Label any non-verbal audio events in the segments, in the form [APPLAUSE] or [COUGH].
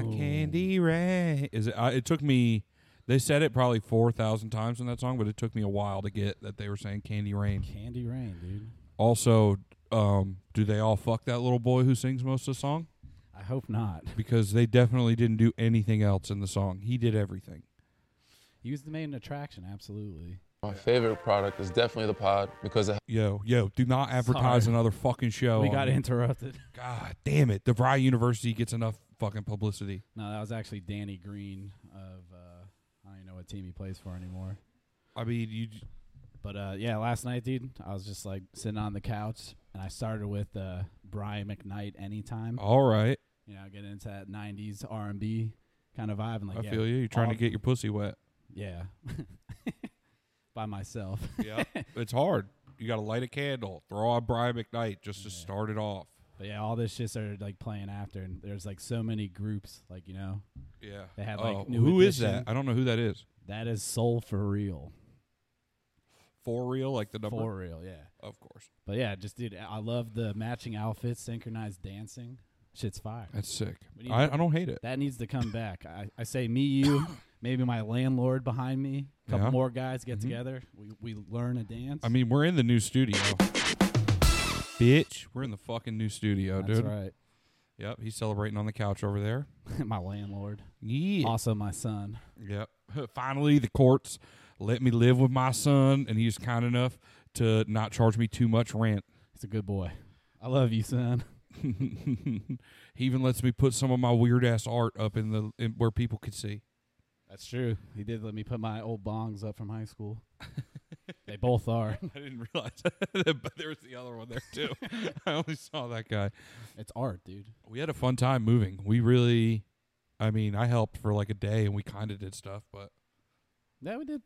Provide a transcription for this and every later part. Andy Ray. Is it? Uh, it took me. They said it probably four thousand times in that song, but it took me a while to get that they were saying Candy Rain. Candy Rain, dude. Also, um, do they all fuck that little boy who sings most of the song? I hope not. [LAUGHS] Because they definitely didn't do anything else in the song. He did everything. He was the main attraction, absolutely. My favorite product is definitely the pod because it Yo, yo, do not advertise Sorry. another fucking show. we on- got interrupted. [LAUGHS] God damn it. DeVry University gets enough fucking publicity. No, that was actually Danny Green of uh, I don't even know what team he plays for anymore. I mean, you j- But uh, yeah, last night, dude, I was just like sitting on the couch, and I started with uh, Brian McKnight. Anytime, all right. you know, getting into that '90s R&B kind of vibe, and like, I yeah, feel you. You're trying to all- get your pussy wet. yeah, [LAUGHS] by myself. [LAUGHS] Yeah. it's hard. You got to light a candle, throw on Brian McKnight just to start it off. But yeah, all this shit started like playing after, and there's like so many groups, like you know, Yeah. They had, like, Oh, new who is edition. that? I don't know who that is. that is soul for real, For real, like the number. for real, yeah. Of course. But yeah, just dude, I love the matching outfits, synchronized dancing. Shit's fire. That's sick. We need I, to- I don't hate it. That needs to come back. I, I say me, [COUGHS] you, maybe my landlord behind me. A couple Yeah. Mm-hmm. more guys get together. We we learn a dance. I mean, we're in the new studio. Bitch, we're in the fucking new studio, that's dude. right. [LAUGHS] Yep, he's celebrating on the couch over there. my landlord, Yeah. also my son. Yep. [LAUGHS] Finally, the courts let me live with my son, and he's kind enough to not charge me too much rent. He's a good boy. I love you, son. [LAUGHS] he even lets me put some of my weird ass art up in the in, where people could see. That's true. He did let me put my old bongs up from high school. [LAUGHS] they both are. [LAUGHS] I didn't realize, [LAUGHS] that, but there was the other one there too. [LAUGHS] I only saw that guy. It's art, dude. We had a fun time moving. We really, I mean, I helped for like a day, and we kind of did stuff, but Yeah, we did.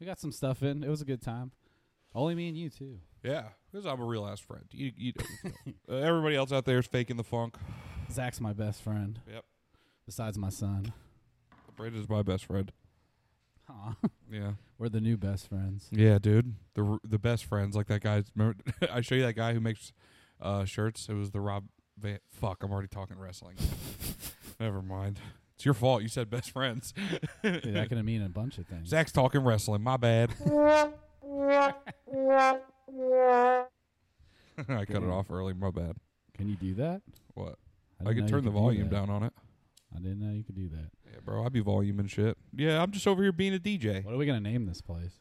We got some stuff in. It was a good time. Only me and you too. yeah, because I'm a real ass friend. You, you, know the [LAUGHS] deal. uh, everybody else out there is faking the funk. Zach's my best friend. Yep. Besides my son. Brandon's my best friend. Aw. Yeah. We're the new best [LAUGHS] friends. Yeah, dude. The r- the best friends like that guy. Remember, [LAUGHS] I show you that guy who makes uh, shirts. It was the Rob Van. Fuck, I'm already talking wrestling. [LAUGHS] Never mind. It's your fault. You said best friends. Dude, that could mean a bunch of things. Zach's talking wrestling. My bad. [LAUGHS] I cut it off early. My bad. Can you do that? What? didn't I know can you turn the could do volume that. down on it. I didn't know you could do that. Yeah, bro. I be voluming shit. Yeah, I'm just over here being a DJ. What are we gonna name this place?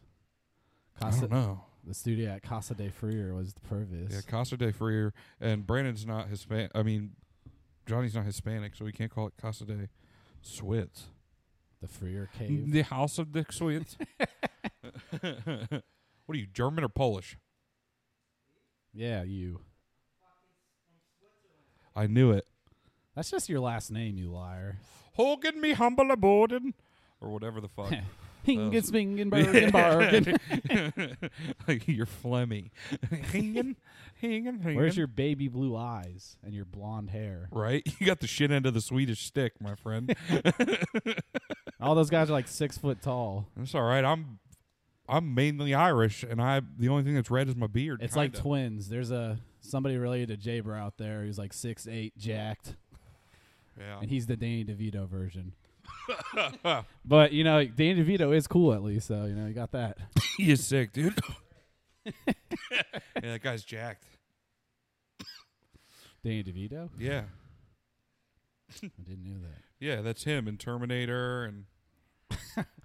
I Casa, don't know. the studio at Casa de Freer was the Purvis. Yeah, Casa de Freer, and Brandon's not Hispanic. I mean, Johnny's not Hispanic, so we can't call it Casa de Swiss. the Freer Cave. The House of the Swiss. what are you, German or Polish? yeah, you. I knew it. That's just your last name, you liar. Hogan me humble aboden, or whatever the fuck. [LAUGHS] Hingen, spingen, bergen, bargen. like you're [LAUGHS] Flemmy. Hingen, hingen, hingen. Where's your baby blue eyes and your blonde hair? right? [LAUGHS] You got the shit end of the Swedish stick, my friend. All those guys are like six foot tall. That's all right. I'm I'm mainly Irish, and I the only thing that's red is my beard. It's like kinda. twins. There's a somebody related to Jaber out there who's like six eight, jacked, yeah. and he's the Danny DeVito [LAUGHS] version. but you know, Danny DeVito is cool at least, so you know you got that. he is sick, dude. [LAUGHS] yeah, that guy's jacked. Danny DeVito? Yeah, I didn't know that. yeah, that's him in Terminator and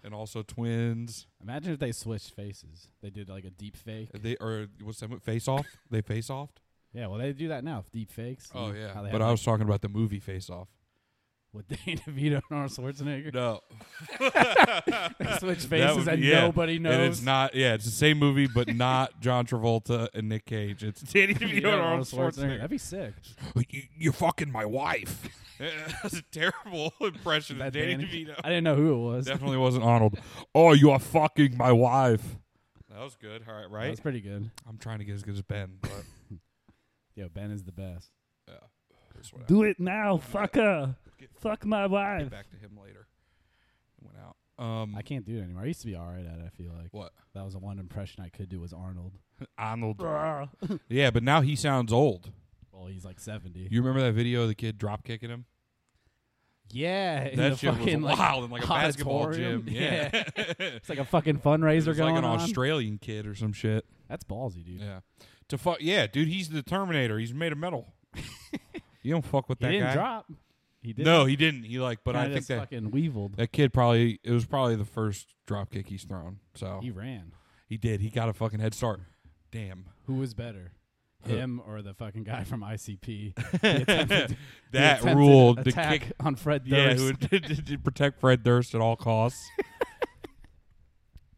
and also Twins. Imagine if they switched faces. They did like a deep fake. They or what's that? Face Off. They Face Off. Yeah, well they do that now. Deep fakes. Oh and yeah, how they but have, I like, was talking about the movie Face Off. with [LAUGHS] Danny DeVito and Arnold Schwarzenegger. No, They switch That faces would- and yeah. nobody knows. [LAUGHS] And it's not. Yeah, it's the same movie, [LAUGHS] but not John Travolta and Nick Cage. It's [LAUGHS] Danny DeVito and Arnold Schwarzenegger. That'd be sick. you, you're fucking my wife. [LAUGHS] That's a terrible impression That of Danny, Danny- DeVito. I didn't know who it was. Definitely wasn't Arnold. Oh, you are fucking my wife. That was good. All right, That right? was pretty good. I'm trying to get as good as Ben, [LAUGHS] but Yo, Ben is the best. yeah, that's what Do it now, fucker. Fuck my I get wife. back to him later. He went out. Um, I can't do it anymore. I used to be all right at it, I feel like. what? That was the one impression I could do was Arnold. [LAUGHS] Arnold. yeah, but now he sounds old. Well, he's like 70. You remember that video of the kid drop kicking him? Yeah, in the That shit was fucking, like, wild in like a basketball auditorium. gym. Yeah. [LAUGHS] it's like a fucking fundraiser It's going like an on. Australian kid or some shit. That's ballsy, dude. Yeah. To fuck yeah, dude, he's the Terminator. He's made [LAUGHS] of metal. you don't fuck with He that didn't guy. drop. He did. No, he didn't. He like but I Kinda think just that fucking weeviled. that kid probably it was probably the first drop kick he's thrown. So He he, ran. did. He got a fucking head start. Damn. Who was better, Who? him or the fucking guy from ICP? attempted- [LAUGHS] The that attempted rule the attack kick on Fred Yeah, Durst. who [LAUGHS] did, did- did protect Fred Durst at [LAUGHS] all costs.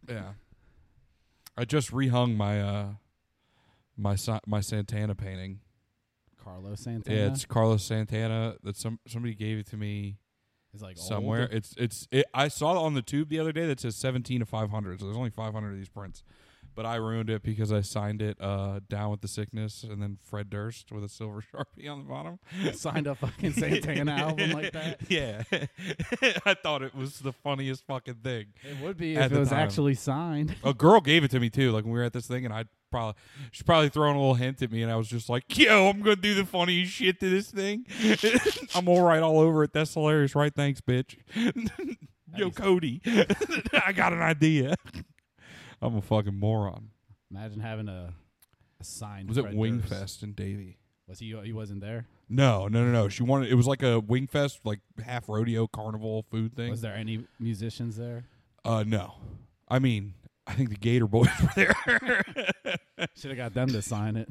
yeah. I just rehung my uh my Sa- my Santana painting. Carlos Santana. Yeah, it's Carlos Santana that some somebody gave it to me It's like old. somewhere. It's it's it, I saw it on the tube the other day that says 17 to 500. So there's only 500 of these prints. But I ruined it because I signed it uh, down with the sickness and then Fred Durst with a silver [LAUGHS] Sharpie on the bottom. [LAUGHS] signed a fucking Santana album like that. Yeah. [LAUGHS] I thought it was the funniest fucking thing. It would be At if the it was time. actually signed. A girl gave it to me too, like when we were at this thing, and I probably she's probably throwing a little hint at me, and I was just like, "Yo, I'm gonna do the funniest shit to this thing. [LAUGHS] I'm all right all over it. That's hilarious, right? Thanks, bitch. [LAUGHS] Yo, Nice. Cody, [LAUGHS] I got an idea. [LAUGHS] I'm a fucking moron. [LAUGHS] Imagine having a, a signed. Was it Fred Durst. Wingfest in Davy? Was he? He wasn't there. No, no, no, no. She wanted. It was like a Wingfest, like half rodeo carnival food thing. Was there any musicians [LAUGHS] there? Uh, no. I mean, I think the Gator Boys [LAUGHS] were there. Should have got them to sign it,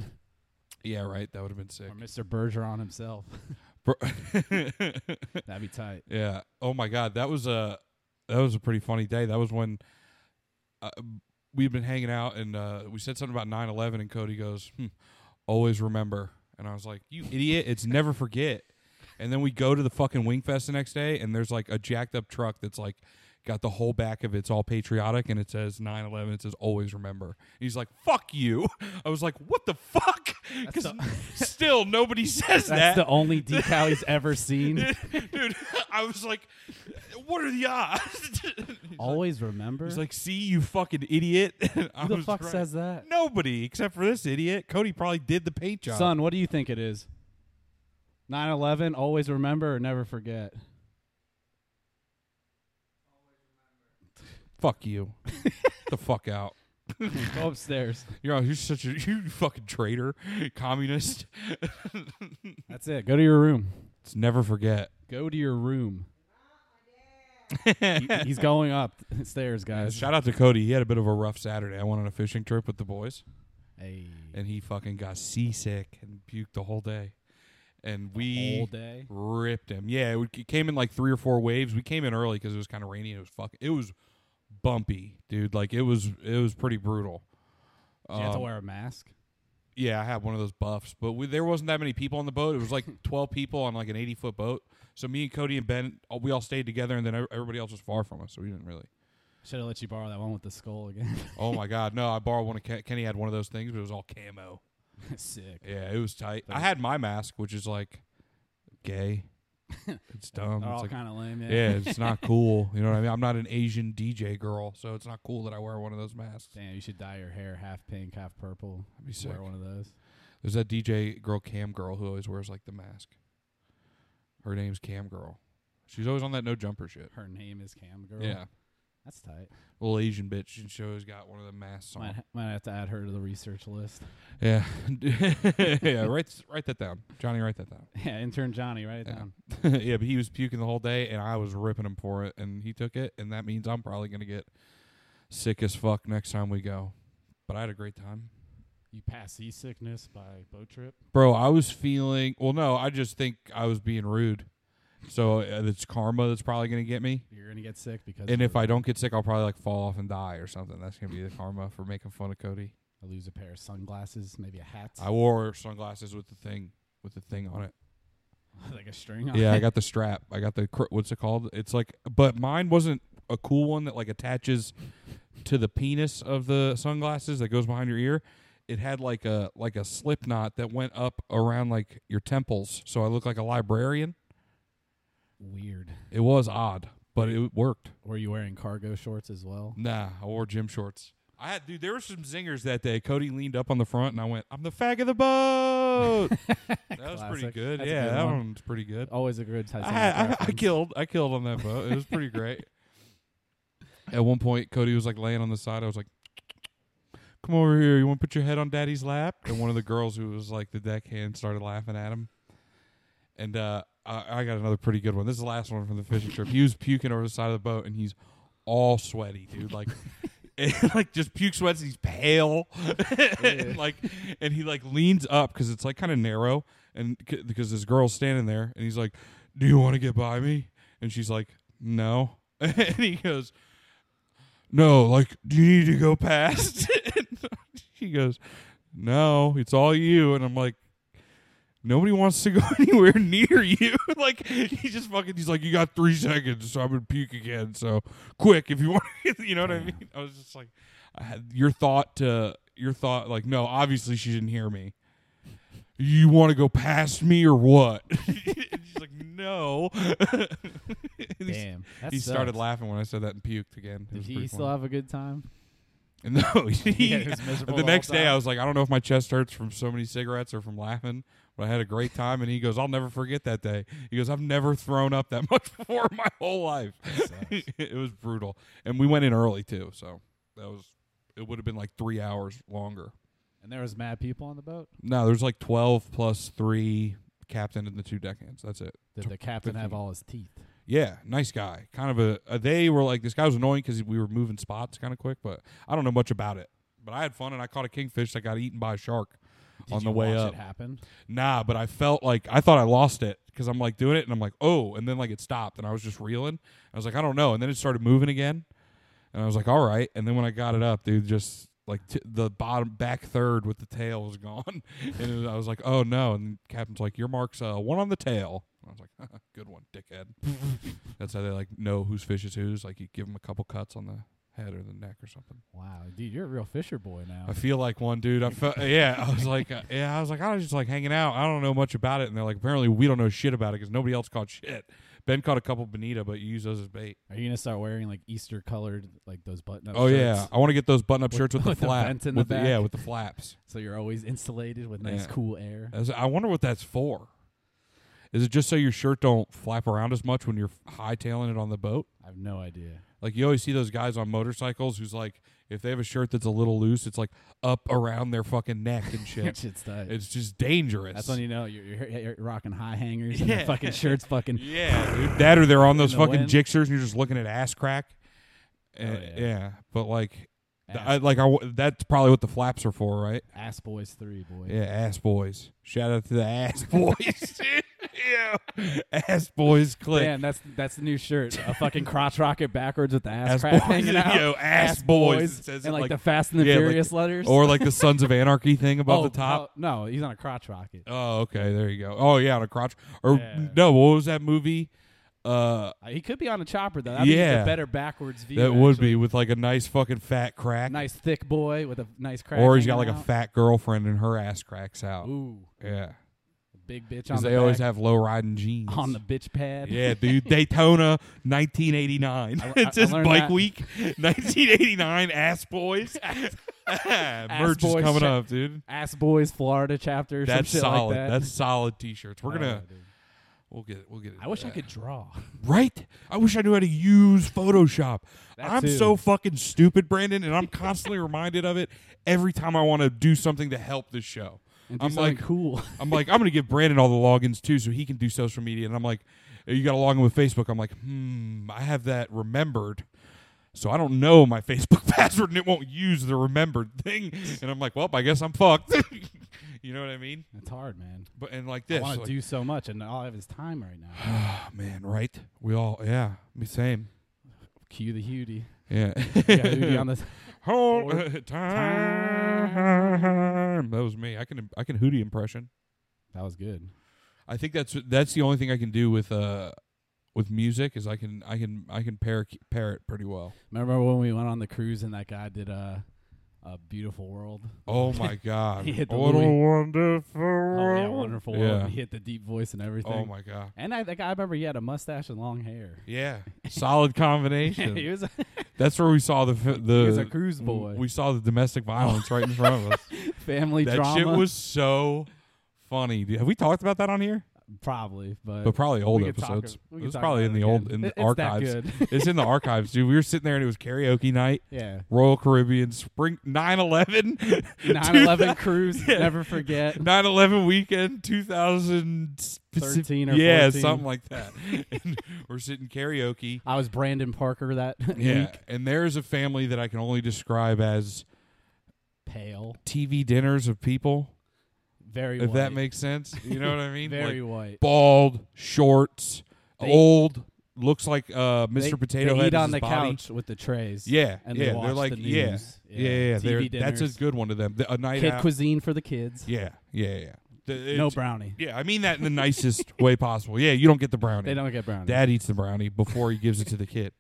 yeah, right. That would have been sick. or Mr. Bergeron himself. [LAUGHS] Bro- [LAUGHS] That'd be tight. Yeah. Oh my God, that was a that was a pretty funny day. That was when uh, we've been hanging out and uh, we said something about 9-11 and Cody goes, hmm, "Always remember." And I was like, "You idiot! It's never forget." And then we go to the fucking Wingfest the next day, and there's like a jacked up truck that's like got the whole back of it's all patriotic, and it says 9-11. It says "Always remember." And he's like, "Fuck you!" [LAUGHS] I was like, "What the fuck?" Because still nobody [LAUGHS] says that That's the only decal he's [LAUGHS] ever seen. dude. [LAUGHS] I was like, "What are the odds?" [LAUGHS] Always remember. He's like, "See, you fucking idiot." [LAUGHS] I Who the was fuck right. says that? Nobody except for this idiot. Cody probably did the paint job. Son, what do you think it is? 9/11. Always remember or never forget. Fuck you. [LAUGHS] the fuck out. Go [LAUGHS] upstairs. You're you're such a you fucking traitor, communist. That's it. Go to your room. Let's never forget. Go to your [LAUGHS] room. He- he's going up stairs, guys. Uh, Shout out to Cody. He had a bit of a rough Saturday. I went on a fishing trip with the boys. [LAUGHS] Hey, and he fucking got seasick and puked the whole day. And we whole day? ripped him. Yeah, we it came in like three or four waves. We came in early because it was kind of rainy and it was fucking. It was bumpy, dude. Like it was, it was pretty brutal. do you have to Um, wear a mask? yeah, I had one of those buffs, but we, there wasn't that many people on the boat. It [LAUGHS] was like twelve people on like an eighty foot boat. So me and Cody and Ben, uh, we all stayed together, and then ev- everybody else was far from us, so we didn't really. Should have let you borrow that one with the skull again. [LAUGHS] Oh my god, no! I borrowed one of Ken- Kenny had one of those things, but it was all camo. Sick. Yeah, it was tight. I Thanks. had my mask, which is like [LAUGHS] gay. It's They're dumb. Um, It's all like- kind of lame. [LAUGHS] Yeah. yeah, it's not cool. You know what I mean? I'm not an Asian DJ girl, so it's not cool that I wear one of those masks. Damn, you should dye your hair half pink, half purple. That'd be sick. Wear one of those. There's that DJ girl, Cam Girl, who always wears like the mask. Her name's Cam Girl. She's always on that no jumper shit. Her name is Cam Girl. Yeah, That's tight. little Asian bitch, and she always got one of the masks on. Might, ha- might have to add her to the research list. [LAUGHS] Yeah, yeah. [LAUGHS] Write s- write that down, Johnny. Write [LAUGHS] that down. yeah, intern Johnny, write it Yeah. down. yeah, but he was puking the whole day, and I was ripping him for it, and he took it, and that means I'm probably gonna get sick as fuck next time we go. But I had a great time, You pass seasickness by boat trip. bro. I was feeling well. No, I just think I was being rude. So uh, it's karma that's probably gonna get me. You're gonna get sick because And you if I don't get sick, I'll probably like fall off and die or something. That's gonna be the karma for making fun of Cody. lose a pair of sunglasses, maybe a hat, I wore sunglasses with the thing with the thing on it. [LAUGHS] like a string. On Yeah, I it. got the strap. I got the cr- what's it called? It's like, but mine wasn't a cool one that like attaches to the penis of the sunglasses that goes behind your ear. It had like a like a slip knot that went up around like your temples, so I look like a librarian. weird. It was odd, but it worked. Were you wearing cargo shorts as well? Nah, I wore gym shorts. I had dude. There were some zingers that day. Cody leaned up on the front, and I went, "I'm the fag of the boat." [LAUGHS] boat. that was pretty Classic. good. That's a yeah, good that one. one's pretty good. Always a good Titanic. I, had, I, I reference. killed I killed on that boat. It was pretty great. At one point, Cody was like laying on the side. I was like, "Come over here. You want to put your head on Daddy's lap?" And one of the girls who was like the deckhand started laughing at him. And uh, I, I got another pretty good one. This is the last one from the fishing trip. He was puking over the side of the boat, and he's all sweaty, dude. Like. [LAUGHS] and, like just puke sweats. and He's pale, [LAUGHS] and, like, and he like leans up because it's like kind of narrow, and c- because this girl's standing there, and he's like, "Do you want to get by me?" And she's like, "No," [LAUGHS] and he goes, "No, like, do you need to go past?" [LAUGHS] and she goes, "No, it's all you," and I'm like. Nobody wants to go [LAUGHS] anywhere near you. [LAUGHS] like he just fucking, he's like, you got three seconds, so I'm gonna puke again. So quick, if you [LAUGHS] want, you know what I Damn. mean. I was just like, I had your thought to your thought, like, no, obviously she didn't hear me. You want to go past me or what? [LAUGHS] And she's like, no. [LAUGHS] And he- Damn. That he started sucks. laughing when I said that and puked again. It Did was he pretty still funny. have a good time? [LAUGHS] And no, he, [LAUGHS] Yeah, he was miserable [LAUGHS] the the next whole day I time. was like, I don't know if my chest hurts from so many cigarettes or from laughing, but I had a great time. And he goes, I'll never forget that day. He goes, I've never thrown up that [LAUGHS] much before in my whole life. [LAUGHS] sucks. it was brutal, and we went in early too, so that was it. Would have been like three hours longer. And there was mad people on the boat. No, there's like twelve plus three captain and the two deckhands. That's it. Did the captain have fifteen. all his teeth? Yeah, nice guy. Kind of a, a they were like this guy was annoying because we were moving spots kind of quick, but I don't know much about it. But I had fun and I caught a kingfish that got eaten by a shark Did on the you way watch up. it happen? Nah, but I felt like I thought I lost it because I'm like doing it and I'm like oh, and then like it stopped and I was just reeling. I was like I don't know, and then it started moving again, and I was like all right, and then when I got it up, dude, just like t- the bottom back third with the tail was [LAUGHS] gone, and it was, I was like oh no, and the captain's like your mark's uh, one on the tail. And I was like [LAUGHS] good one, dickhead. That's how they like know whose fish is whose. Like you give them a couple cuts on the head or the neck or something. Wow, dude, you're a real fisher boy now. I feel like one dude. I felt yeah. I was like uh, yeah. I was like I was just like hanging out. I don't know much about it, and they're like apparently we don't know shit about it because nobody else caught shit. Ben caught a couple bonita, but you use those as bait. Are you gonna start wearing like Easter colored like those button up? oh yeah, I want to get those button-up With- shirts with, with the the flap. vent in the with yeah, back. with the flaps. So you're always insulated with nice Yeah. Uh, cool air. I, was- I wonder what that's for. Is it just so your shirt don't flap around as much when you're hightailing it on the boat? I have no idea. [LAUGHS] Like you always see those guys on motorcycles who's like, if they have a shirt that's a little loose, it's like up around their fucking neck and That [LAUGHS] shit. shit's tight. it's just dangerous. That's when you know you're, you're, you're rocking high hangers and [LAUGHS] Yeah. your fucking shirts fucking. [LAUGHS] yeah, dude. that or they're on those the fucking wind. Oh, jixers and you're just looking at ass crack. And- yeah. yeah. but like, th- Ass, I, like I, w- that's probably what the flaps are for, right? ass boys three boy. Yeah, ass boys. Shout out to the ass [LAUGHS] boys. [LAUGHS] yeah, ass boys click. Damn, that's that's the new shirt. A [LAUGHS] fucking crotch rocket backwards with the ass, Ass crack boys. hanging out. [LAUGHS] Yo, ass boys. It says and it like, like- the Fast and the yeah, like- Furious letters. Or like the Sons of [LAUGHS] Anarchy thing above Oh, the top. oh, no, he's on a crotch rocket. Oh, okay. There you go. Oh, yeah, on a crotch. Or Yeah. no, what was that movie? Uh, Uh, He could be on a chopper though. That'd be Yeah. a better backwards view. that would actually. be with like a nice fucking fat crack. nice thick boy with a nice crack. or he's got like hanging a out. fat girlfriend and her ass cracks out. Ooh, Yeah, big bitch on because the they always back, have low riding [LAUGHS] jeans on the bitch pad. Yeah, dude, Daytona, 1989. I- [LAUGHS] I- it says I learned Bike that. [LAUGHS] Week, 1989. Ass boys. [LAUGHS] Merch is boys coming check- up, dude. Ass boys Florida chapter. or some That's shit like solid. that. That's solid t-shirts. We're Oh, gonna dude. we'll get it. We'll get it. I wish I could draw. [LAUGHS] Right? I wish I knew how to use Photoshop. That I'm too. so fucking stupid, Brandon, and I'm constantly [LAUGHS] reminded of it every time I want to do something to help this show. And do I'm something like, cool. [LAUGHS] I'm like, I'm gonna give Brandon all the logins too, so he can do social media. And I'm like, you got to log in with Facebook. I'm like, hmm, I have that remembered, so I don't know my [LAUGHS] Facebook password, and it won't use the remembered thing. And I'm like, well, I guess I'm fucked. [LAUGHS] you know what I mean? It's hard, man. But and like I this, want to like, do so much, and all I have is time right now. oh, [SIGHS] man, right? We all, yeah, me same, Cue the Hootie. [LAUGHS] yeah. You [LAUGHS] got Hootie on this. Hold Or- [LAUGHS] time. That was me. I can I can hootie impression. That was good. I think that's that's the only thing I can do with uh with music is I can I can I can pair pair it pretty well. Remember when we went on the cruise and that guy did a, a beautiful world? Oh my god! He hit the what a Louis. wonderful Oh yeah, world. wonderful Yeah. world. He hit the deep voice and everything. Oh my god! And I, that guy, I remember he had a mustache and long hair. [LAUGHS] Yeah, solid he combination. was a, that's where we saw the fi- the he was a cruise boy. [LAUGHS] We saw the domestic violence right in front of us. Family that drama. shit was so funny. Dude. Have we talked about that on here? Probably, but, But probably old Uh, we could talk- episodes. we It could was talk probably in about it the old again. in the It- [LAUGHS] it's that archives. [LAUGHS] good. it's in the archives, dude. We were sitting there and it was karaoke night, yeah. Royal Caribbean, Spring [LAUGHS] 9/11, [LAUGHS] 9/11 cruise, yeah. never [LAUGHS] forget. 9/11 weekend 2013 13 or yeah, 14. something like that. [LAUGHS] and we're sitting karaoke. I was Brandon Parker that Yeah, week. and there's a family that I can only describe as Pale, TV dinners of people, very if white, that makes sense. You know what I [LAUGHS] mean? very Like, white. bald, shorts, They- old, looks like uh, Mr. They- Potato they Head eat is on his the body. couch with the trays. Yeah, and yeah, they they watch are like the yeah, news. yeah, yeah. TV they're- that's a dinners. good one to them. The- A night Kid out. cuisine for the kids. Yeah, yeah, yeah. The- no it's- brownie. Yeah, I mean that in the nicest [LAUGHS] way possible. Yeah, you don't get the brownie. They don't get brownie. Dad eats the brownie before he gives it to the kid.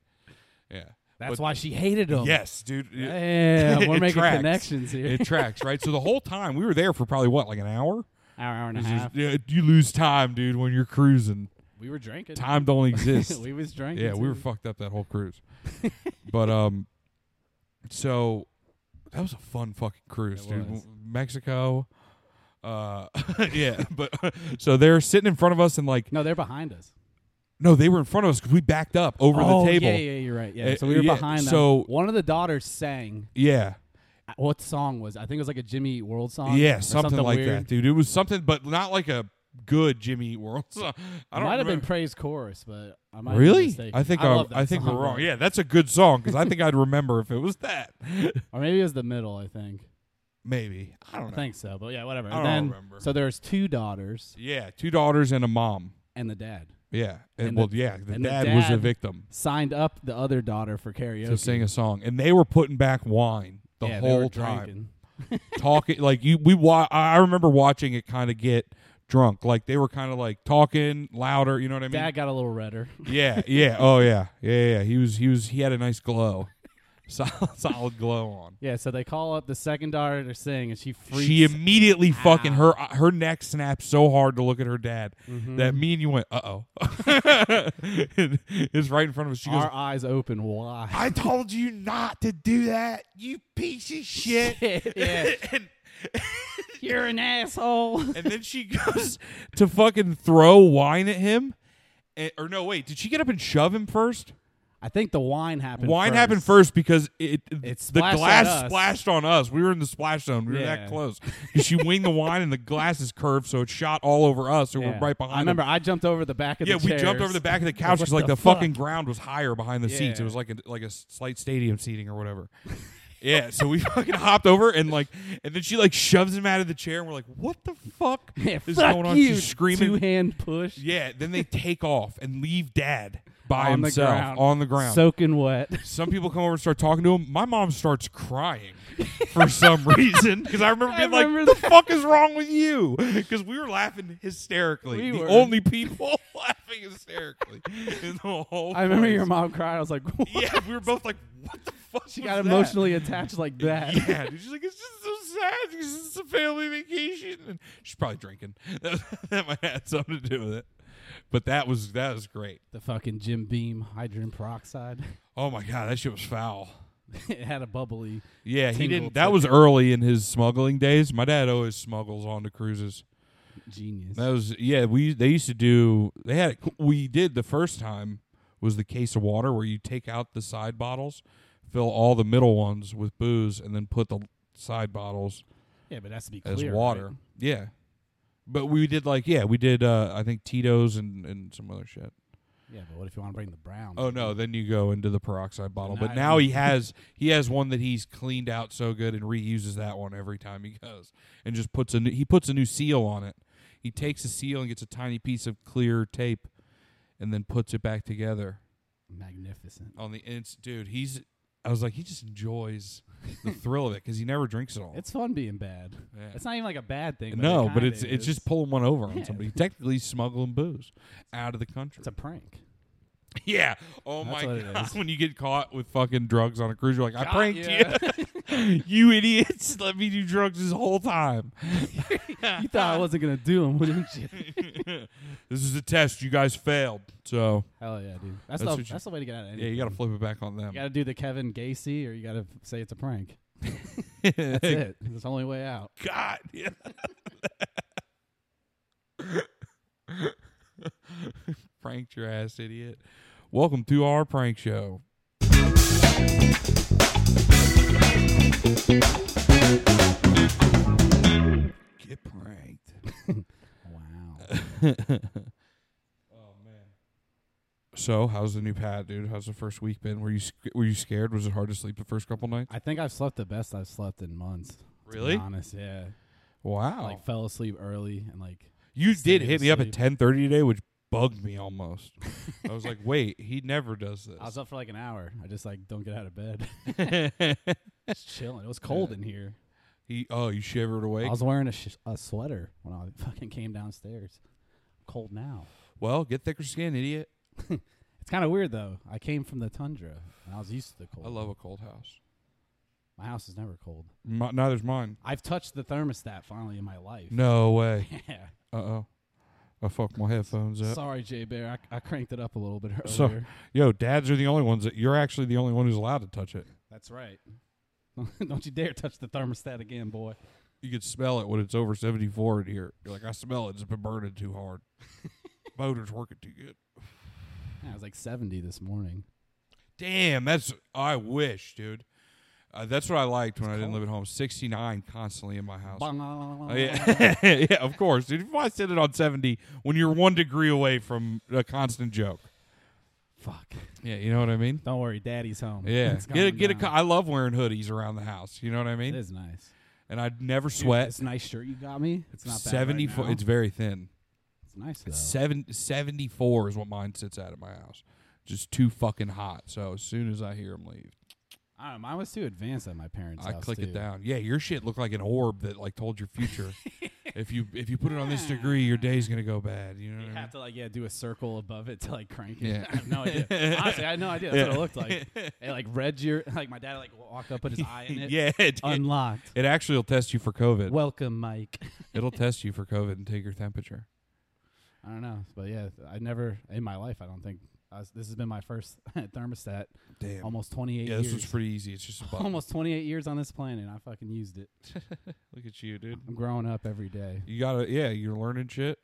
Yeah. That's but- why she hated him. Yes, dude. It- [LAUGHS] Damn, we're it making tracks. connections here. It tracks, right? So the whole time we were there for probably what, like an hour? hour, hour and a This is- half. yeah, you lose time, dude, when you're cruising. We were drinking. Time [LAUGHS] don't exist. we was drinking. yeah, we were too. fucked up that [LAUGHS] whole cruise. but um so that was a fun fucking cruise, It dude. was. Mexico. Uh [LAUGHS] yeah, but so they're sitting in front of us and like No, they're behind us. no, they were in front of us cuz we backed up over oh, the table. Yeah, yeah, you're right. Yeah, Uh, so we were yeah, behind them. so- one of the daughters sang. Yeah. uh, What song was? it? I think it was like a Jimmy Eat World song. Yeah, or something, like weird. that, dude. It was something, but not like a good Jimmy Eat World. [LAUGHS] song. I It don't might have been remember. praise chorus, but I might Be really. mistaken. I think I, I, love that I think song, we're wrong. though. Yeah, that's a good song because I think I'd remember if it was that. [LAUGHS] or maybe it was the middle. I think. Maybe I don't I know. think so, but yeah, whatever. I And don't then, remember. So there's two daughters yeah, two daughters and a mom. and the dad Yeah, and, And well, the- yeah, the and the dad, was a dad victim signed up the other daughter for karaoke. to sing a song, and they were putting back wine the yeah, they whole were time, drinking. talking like you. We wa- I I remember watching it kind of get drunk, like they were kind of like talking louder. You know what I mean? Dad got a little redder. [LAUGHS] Yeah, yeah. Oh yeah. Yeah, yeah. He was he was he had a nice glow. [LAUGHS] Solid, solid glow on. Yeah, so they call up the second daughter to sing, and she freaks. She immediately fucking her her neck snapped so hard to look at her dad Mm-hmm. that me and you went, uh oh. [LAUGHS] it's right in front of us. She goes, our eyes open wide. [LAUGHS] [LAUGHS] I told you not to do that, you piece of shit. yeah, and, you're an asshole. [LAUGHS] and then she [LAUGHS] goes to fucking throw wine at him. And, or no, wait, did she get up and shove him first? I think the wine happened. Wine first. happened first because it, the splashed at glass us. splashed on us. We were in the splash zone. We were that Yeah. close. she winged the wine, and the glass is curved, so it shot all over us. So Yeah. we're right behind. I remember Them. I jumped over the back of Yeah, the we jumped chairs. over the back of the What couch because like the, the fucking fuck? ground was higher behind the seats. It Yeah. was like a like a slight stadium seating [LAUGHS] or whatever. yeah, so we [LAUGHS] fucking hopped over and like, and then she like shoves him out of the chair, and we're like, "What the fuck [LAUGHS] [LAUGHS] Yeah, is fuck going on?" you, She's screaming. Two hand push. yeah, then they take off and leave Dad by on himself the ground, on the ground. soaking wet. [LAUGHS] Some people come over and start talking to him. My mom starts crying [LAUGHS] for some reason because I remember I being like, remember "The fuck is wrong with you?" Because we were laughing hysterically. We the were. only people [LAUGHS] laughing hysterically in the whole. I remember place. your mom cried. I was like, [LAUGHS] what? [LAUGHS] Yeah, we were both like, "What the fuck?" she was got that?" emotionally attached [LAUGHS] like that. Yeah, dude, she's like, "It's just so sad because it's a family vacation." And she's probably drinking. [LAUGHS] That, that might have something to do with it. But that was that was great. The fucking Jim Beam hydrogen peroxide. [LAUGHS] Oh my god, that shit was foul. it had a bubbly. Yeah, he tingle didn't. to That it. was early in his smuggling days. My dad always smuggles onto cruises. Genius. That was yeah. We they used to do. They had we did the first time was the case of water where you take out the side bottles, fill all the middle ones with booze, and then put the side bottles yeah, but that's to be as clear. water. right? Yeah, but we did like yeah we did uh I think Tito's and and some other shit. Yeah, but what if you want to bring the brown? Oh no, then you go into the peroxide bottle. But I now don't- he has he has one that he's cleaned out so good and reuses that one every time he goes, and just puts a new, he puts a new seal on it. He takes a seal and gets a tiny piece of clear tape, and then puts it back together Magnificent. on the ins. Dude, he's I was like he just enjoys [LAUGHS] the thrill of it because he never drinks it all. It's fun being bad. Yeah. It's not even like a bad thing. But no, it but kinda it's it's is. just pulling one over on Yeah. [LAUGHS] somebody. Technically, he's smuggling booze out of the country. It's a [LAUGHS] prank. Yeah. Oh That's my what it god. is. [LAUGHS] When you get caught with fucking drugs on a cruise, you're like, I Got pranked ya. you. [LAUGHS] you idiots. Let me do drugs this whole time. [LAUGHS] You thought I wasn't gonna do them, didn't you? This is a test. You guys failed. So Hell yeah, dude. That's, That's what the you- that's the way to get out of anything. yeah, you gotta flip it back on them. You gotta do the Kevin Gacy, or you gotta say it's a [LAUGHS] prank. That's it. It's the only way out. God. Yeah. [LAUGHS] pranked your ass, idiot. Welcome to our prank show. Get pranked. Wow. Oh man. So, how's the new pad, dude? How's the first week been? Were you sc- were you scared? Was it hard to sleep the first couple nights? I think I've slept the best I've slept in months. to be honest, yeah. Wow. Like fell asleep early and like you did stayed hit me up at asleep. 10:30 today, which bugged me almost. I was like, [LAUGHS] "Wait, he never does this." I was up for like an hour. I just like don't get out of [LAUGHS] bed. [LAUGHS] like, Just chilling. It was cold in here. he oh, you shivered awake. I was wearing a, sh- a sweater when I [LAUGHS] fucking came downstairs. Cold now. well, get thicker skin, idiot. It's kind of weird though. I came from the tundra and I was used to the cold. I love a cold house. My house is never cold. My, neither's mine. I've touched the thermostat finally in my life. No way. [LAUGHS] Yeah. Uh-oh. I fucked my headphones up. Sorry, Jay Bear. I, I cranked it up a little bit earlier. So- Yo, dads are the only ones that you're actually the only one who's allowed to touch it. That's right. [LAUGHS] Don't you dare touch the thermostat again, boy. You could smell it when it's over 74 in here. You're like, I smell it. It's been burning too hard. [LAUGHS] Motor's working too good. Yeah, it was like 70 this morning. Damn, that's I wish, dude. Uh, that's what I liked when I didn't cold. live at home. 69 constantly in my house. Oh, Yeah. yeah. [LAUGHS] yeah, of course, dude. Why sit it on 70 when you're one degree away from a constant joke? Fuck. Yeah, you know what I mean. Don't worry, Daddy's home. Yeah, It's get a, going get a. down. co- I love wearing hoodies around the house. You know what I It mean. is nice. And I'd never Dude, sweat. This nice shirt you got me. It's not bad. Seventy Right four. now. It's very thin. It's nice though. It's seven, 74 is what mine sits at at my house. Just too fucking hot. So as soon as I hear them leave, I don't know. Mine was too advanced at my parents' I house. click too. it down. Yeah, your shit looked like an orb that like told [LAUGHS] your future. if you if you put it on this degree, your day's gonna go bad. You know You what I mean? have to like yeah do a circle above it to like crank it. [LAUGHS] Yeah. [LAUGHS] I have no idea. Honestly, I had no idea. That's what it looked [LAUGHS] like. It like read your [LAUGHS] like my dad like walk up put his eye in it. yeah, it, it, Unlocked. it actually will test you for COVID. Welcome, Mike. [LAUGHS] It'll test you for COVID and take your temperature. I don't know, but yeah, I never in my life. I don't think I was, this has been my first [LAUGHS] thermostat. Damn. Almost 28 yeah, years. this was pretty easy. It's just a button. almost 28 years on this planet. and I fucking used it. Look at you, dude. I'm growing up every day. You gotta. Yeah, you're learning shit.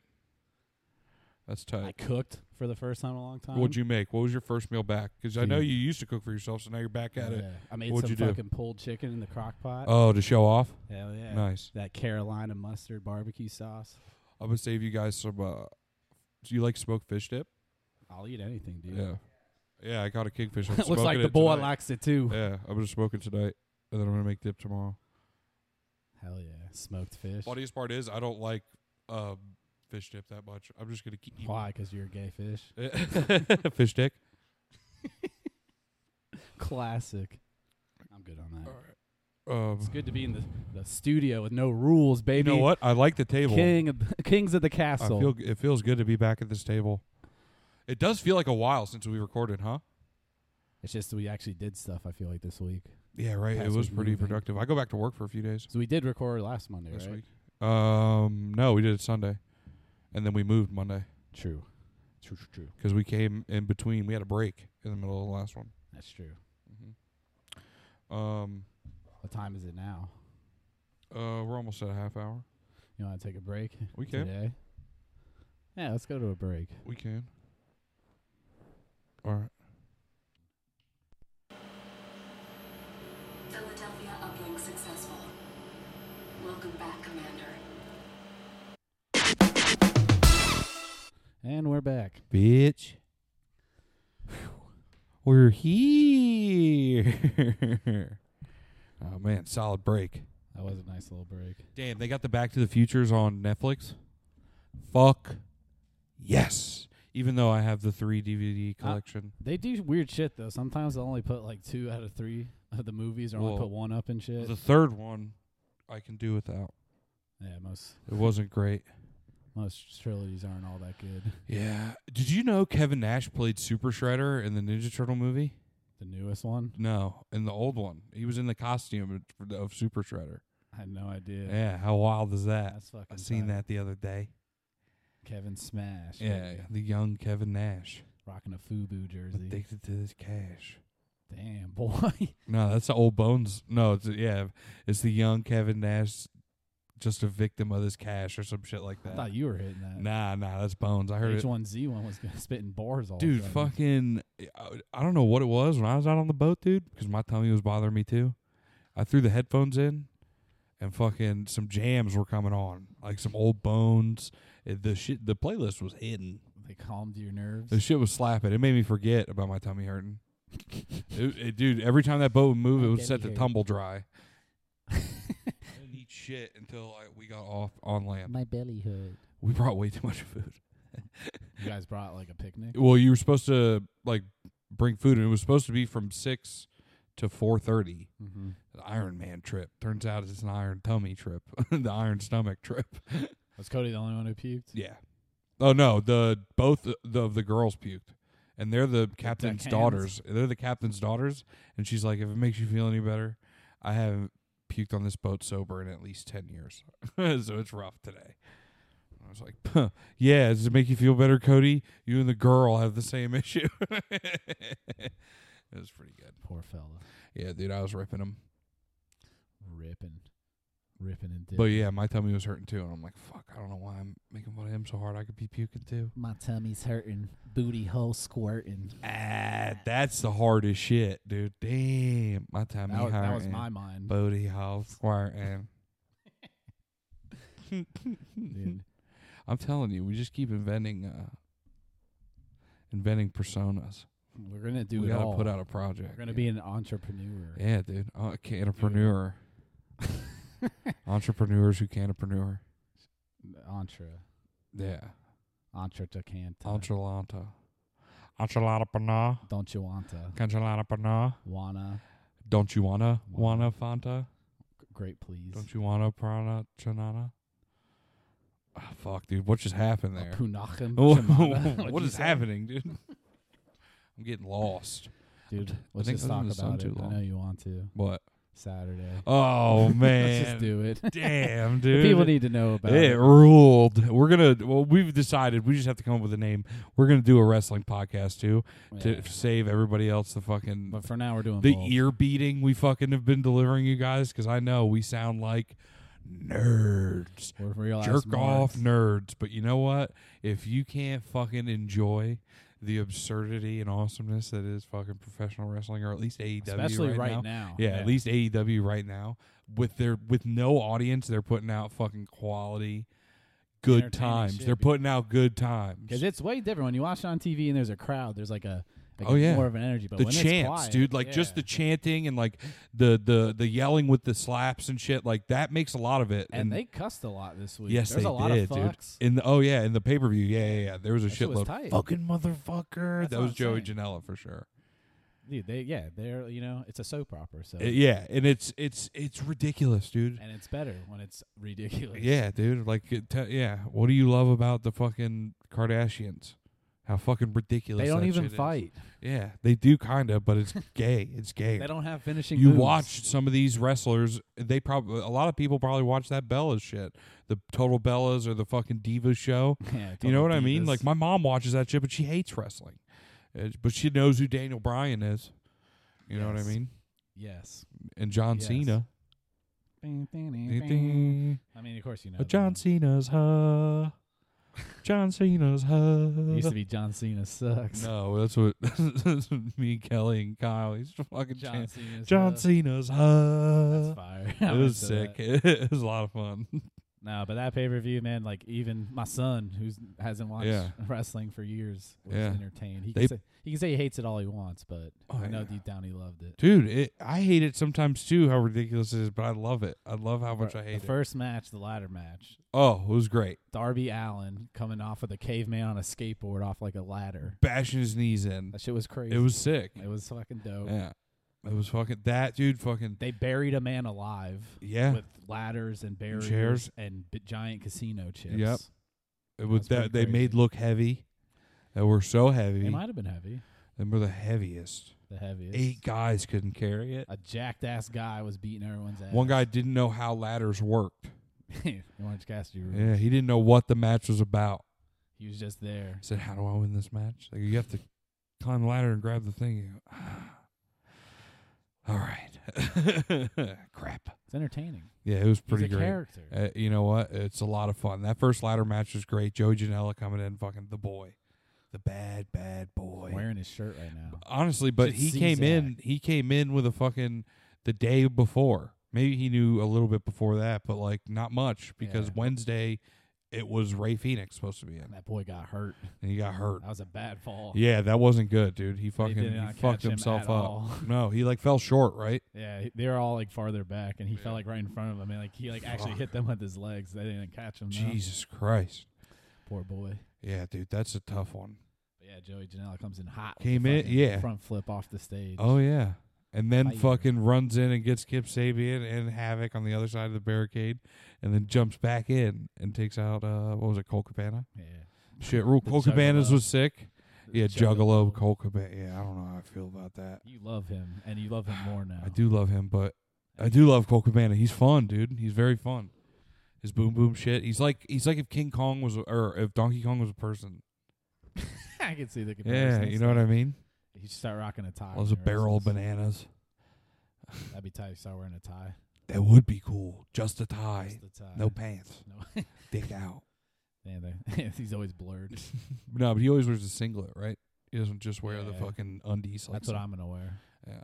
That's I tight. cooked for the first time in a long time. What'd you make? What was your first meal back? Because I know Dude. you used to cook for yourself, so now you're back at yeah. it. I made What'd some you do? fucking pulled chicken in the crock pot. Oh, to show off. Hell yeah. Nice. That Carolina mustard barbecue sauce. I'm gonna save you guys some. Uh, do you like smoked fish dip? I'll eat anything, dude. [LAUGHS] Yeah. Yeah, I got a kingfish. I'm It [LAUGHS] looks like smoking the it boy tonight. likes it too. Yeah, I'm gonna smoke it tonight, and then I'm gonna make dip tomorrow. Hell yeah. Smoked fish. Why? Funniest part is I don't like um, fish dip that much. I'm just gonna keep eating. Why? Because you're a gay fish. [LAUGHS] fish dick. Classic. I'm good on that. All right. Um, It's good to be in the, the studio with no rules, you baby. know what? I like the table. King of the, [LAUGHS] kings of the I castle. feel it feels good to be back at this table. It does feel like a while since we recorded, huh? it's just we actually did stuff. I feel like this week. Yeah, right. Past it was week pretty moving. productive. I go back to work for a few days So we did record last Monday, this right? week. Um, no, we did it Sunday, and then we moved Monday. True. True. True. True. because we came in between. We had a break in the middle of the last one. That's true. Um, What time is it now? uh, we're almost at a half hour. You want to take a break We can, today? Yeah, let's go to a break. we can. All right. Philadelphia uplink successful. Welcome back, Commander. And we're back. Bitch. We're here. [LAUGHS] oh man, solid break. That was a nice little break. Damn, they got the Back to the Futures on Netflix. Fuck. Yes. Even though I have the three DVD Uh, collection. They do weird shit though. Sometimes they will only put like two out of three of the movies, or Well, only put one up and shit. the third one, I can do without. yeah, most It wasn't great. most trilogies aren't all that good. Yeah. Did you know Kevin Nash played Super Shredder in the Ninja Turtle movie? The newest one, No, in the old one. He was in the costume of- of Super Shredder. I had no idea. Yeah, how wild is that? That's fucking. I seen tight. that the other day. Kevin Smash. Yeah, the young Kevin Nash, rocking a FUBU jersey. addicted to this cash. Damn [LAUGHS] boy. No, that's the old bones. No, it's yeah, it's the young Kevin Nash just a victim of this cash or some shit like I that. thought you were hitting that. nah, nah, that's Bones. I heard it. H1Z1 was gonna [LAUGHS] spitting bars all Dude, day. fucking, I- I don't know what it was when I was out on the boat, dude, because my tummy was bothering me too. I threw the headphones in, and fucking some jams were coming on, like some old bones. It- The shit, the playlist was hidden. They calmed your nerves. The shit was slapping. It made me forget about my tummy [LAUGHS] hurting. It- it- dude, every time that boat would move, it I'm would set getting to here. tumble [LAUGHS] dry. I didn't eat shit until I, we got off on land. My belly hurt. We brought way too much food. You guys brought like a picnic. Well, you were supposed to like bring food, and it was supposed to be from six to four thirty. Mm-hmm. The Iron Man trip. Turns out it's an Iron Tummy trip, [LAUGHS] the Iron Stomach trip. [LAUGHS] Was Cody the only one who puked? Yeah. Oh no, the both of the, of the girls puked, and they're the captain's deckhands. daughters. They're the captain's daughters, and she's like, "If it makes you feel any better, I haven't puked on this boat sober in at least ten years, [LAUGHS] so it's rough today." I was like, [LAUGHS] "Huh, "Yeah, does it make you feel better, Cody? You and the girl have the same [LAUGHS] issue." it was pretty good. Poor fella, Yeah, dude, I was ripping him, ripping, ripping and but dipping. yeah, my tummy was hurting too, and I'm like, "Fuck, I don't know why I'm making fun of him so hard. I could be puking too." My tummy's hurting. Booty hole squirting. Ah, that's the hardest shit, dude. Damn, my time that, was, that was my mind, booty hole [LAUGHS] squirting. dude. I'm telling you, we just keep inventing, uh, inventing personas. We're gonna do we it gotta all. put out a project. We're gonna be an entrepreneur. yeah, dude. Oh, [LAUGHS] a canpreneur. Entrepreneurs [LAUGHS] who canpreneur. Entre, Yeah, entre to can't. entrelanta, entrelanta, Don't you want to? cancelanta, Wanna? Don't you wanna wanna fanta? Great, please. Don't you want a prana chanana? Ah, fuck, dude. What just happened A there? [LAUGHS] punachem Oh, chamana. What'd what you is say? [LAUGHS] happening, dude? I'm getting lost. dude? Let's think just talk I was in the sun about too it. I long. know you want to. What? Saturday. Oh, man. [LAUGHS] Let's just do it. Damn, The dude. People need to know about it it. ruled. We're gonna. Well, we've decided. We just have to come up with a name. We're gonna do a wrestling podcast too Yeah. to save everybody else the fucking But for now, we're doing the both. ear beating we fucking have been delivering you guys because I know we sound like nerds. We're real ass jerk marks. off nerds. But you know what? If you can't fucking enjoy the absurdity and awesomeness that is fucking professional wrestling, or at least AEW especially right, right, now, now. yeah, at least AEW right now with their with no audience, they're putting out fucking quality, good Entertaining times. shit, They're dude. putting out good times. because it's way different when you watch it on TV and there's a crowd. There's like a like Oh, a- yeah. more of an energy, but the when chants, it's quiet, dude. Like just the yeah. chanting and like the the the yelling with the slaps and shit. Like that makes a lot of it. and they cussed a lot this week. Yes, there's they a lot of did, dude. fucks. In the oh yeah, in the pay per view, yeah, yeah, yeah. There was a That shit was shitload. tight. Fucking motherfucker. That's that what was I'm Joey saying. Janela for sure. Dude, they yeah, they're you know it's a soap opera, so Uh, yeah, and it's it's it's ridiculous, dude. and it's better when it's ridiculous. Yeah, dude. Like, it te- yeah. What do you love about the fucking Kardashians? How fucking [LAUGHS] ridiculous! they don't that even shit is. fight. Yeah, they do kind of, [LAUGHS] but it's gay. It's gay. They don't have finishing. You moves. watch some of these wrestlers. They probably a lot of people probably watch that Bella's shit, the Total Bellas or the fucking Divas show. [LAUGHS] Yeah, You Total know what I mean? Divas. Like my mom watches that shit, but she hates wrestling. Uh, but she knows who Daniel Bryan is. You know what I Yes. mean? yes. And John Yes. Cena. I Ding, mean, of course you know. ding. them. John Cena's huh. John Cena's It used to huh. be John Cena sucks. No, that's what, [LAUGHS] that's what me, Kelly, and Kyle. He's [LAUGHS] fucking John John, Cena. John Cena's huh. That's fire. [LAUGHS] It I'm was into that. sick. [LAUGHS] It was a lot of fun. No, but that pay per view, man, like even my son who's hasn't watched Yeah. [LAUGHS] wrestling for years was Yeah. entertained. He They- can say he can say he hates it all he wants, but Oh, I know yeah. deep down he loved it. Dude, it, I hate it sometimes too, how ridiculous it is, but I love it. I love how much I hate the it. first match, the ladder match, Oh, it was great. Darby Allen coming off with a caveman on a skateboard off like a ladder. bashing his knees in. That shit was crazy. It was sick. it was fucking dope. Yeah. It was fucking that dude fucking They buried a man alive yeah. with ladders and barriers chairs. and bi- giant casino chips. Yep. it was that's that they pretty made crazy. look heavy. They were so heavy. It might have been heavy, They were the heaviest. the heaviest. Eight guys couldn't carry it. A jacked ass guy was beating everyone's ass. [LAUGHS] One guy didn't know how ladders worked. Orange Cassidy. Rules. Yeah, he didn't know what the match was about. He was just there. He said, "How do I "Ah, win this match?" Like you have to climb the ladder and grab the thing. You go, All right. [LAUGHS] Crap. It's entertaining. Yeah, it was pretty He's a great. character. Uh, you know what? It's a lot of fun. That first ladder match was great. Joey Janela coming in, fucking the boy, the bad bad boy. Wearing his shirt right now. Honestly, but Should he seize came that. in. He came in with a fucking the day before. Maybe he knew a little bit before that, but like not much because Yeah. Wednesday it was Ray Phoenix supposed to be in, That boy got hurt. and he got hurt. That was a bad fall. Yeah, that wasn't good, dude. He fucking did he not fucked catch him himself at up. all. No, he like fell short, right? Yeah, he- they were all like farther back, and he fell like right in front of him, and like he like actually Fuck. hit them with his legs. They didn't catch him. though. Jesus Christ. poor boy. Yeah, dude, that's a tough one. But yeah, Joey Janela comes in hot. with Came the in- fucking yeah. front flip off the stage. Oh yeah, and then Fighter. fucking runs in and gets Kip Sabian and Havoc on the other side of the barricade, and then jumps back in and takes out uh what was it Cole Cabana? yeah, Shit, Ru- The Cole Cabana's Juggalo. was sick. The Yeah, Juggalo, Juggalo. Cole Cabana. Yeah, I don't know how I feel about that. You love him, and you love [SIGHS] him more now. I do love him, but I do love Cole Cabana. He's fun, dude. He's very fun. His boom boom shit. He's like he's like if King Kong was a- or if Donkey Kong was a person. [LAUGHS] I can see the comparison. Yeah, you know what I mean. You should start rocking a tie. Loves a when you're barrel of wrestling. bananas. That'd be tight. if you Start wearing a tie. That would be cool. Just a tie. Just the tie. No pants. No. [LAUGHS] Dick out. Yeah, they- [LAUGHS] he's always [LAUGHS] blurred. No, but he always wears a singlet, right? He doesn't just wear the Yeah. fucking undies. Like That's what I'm gonna wear. Yeah.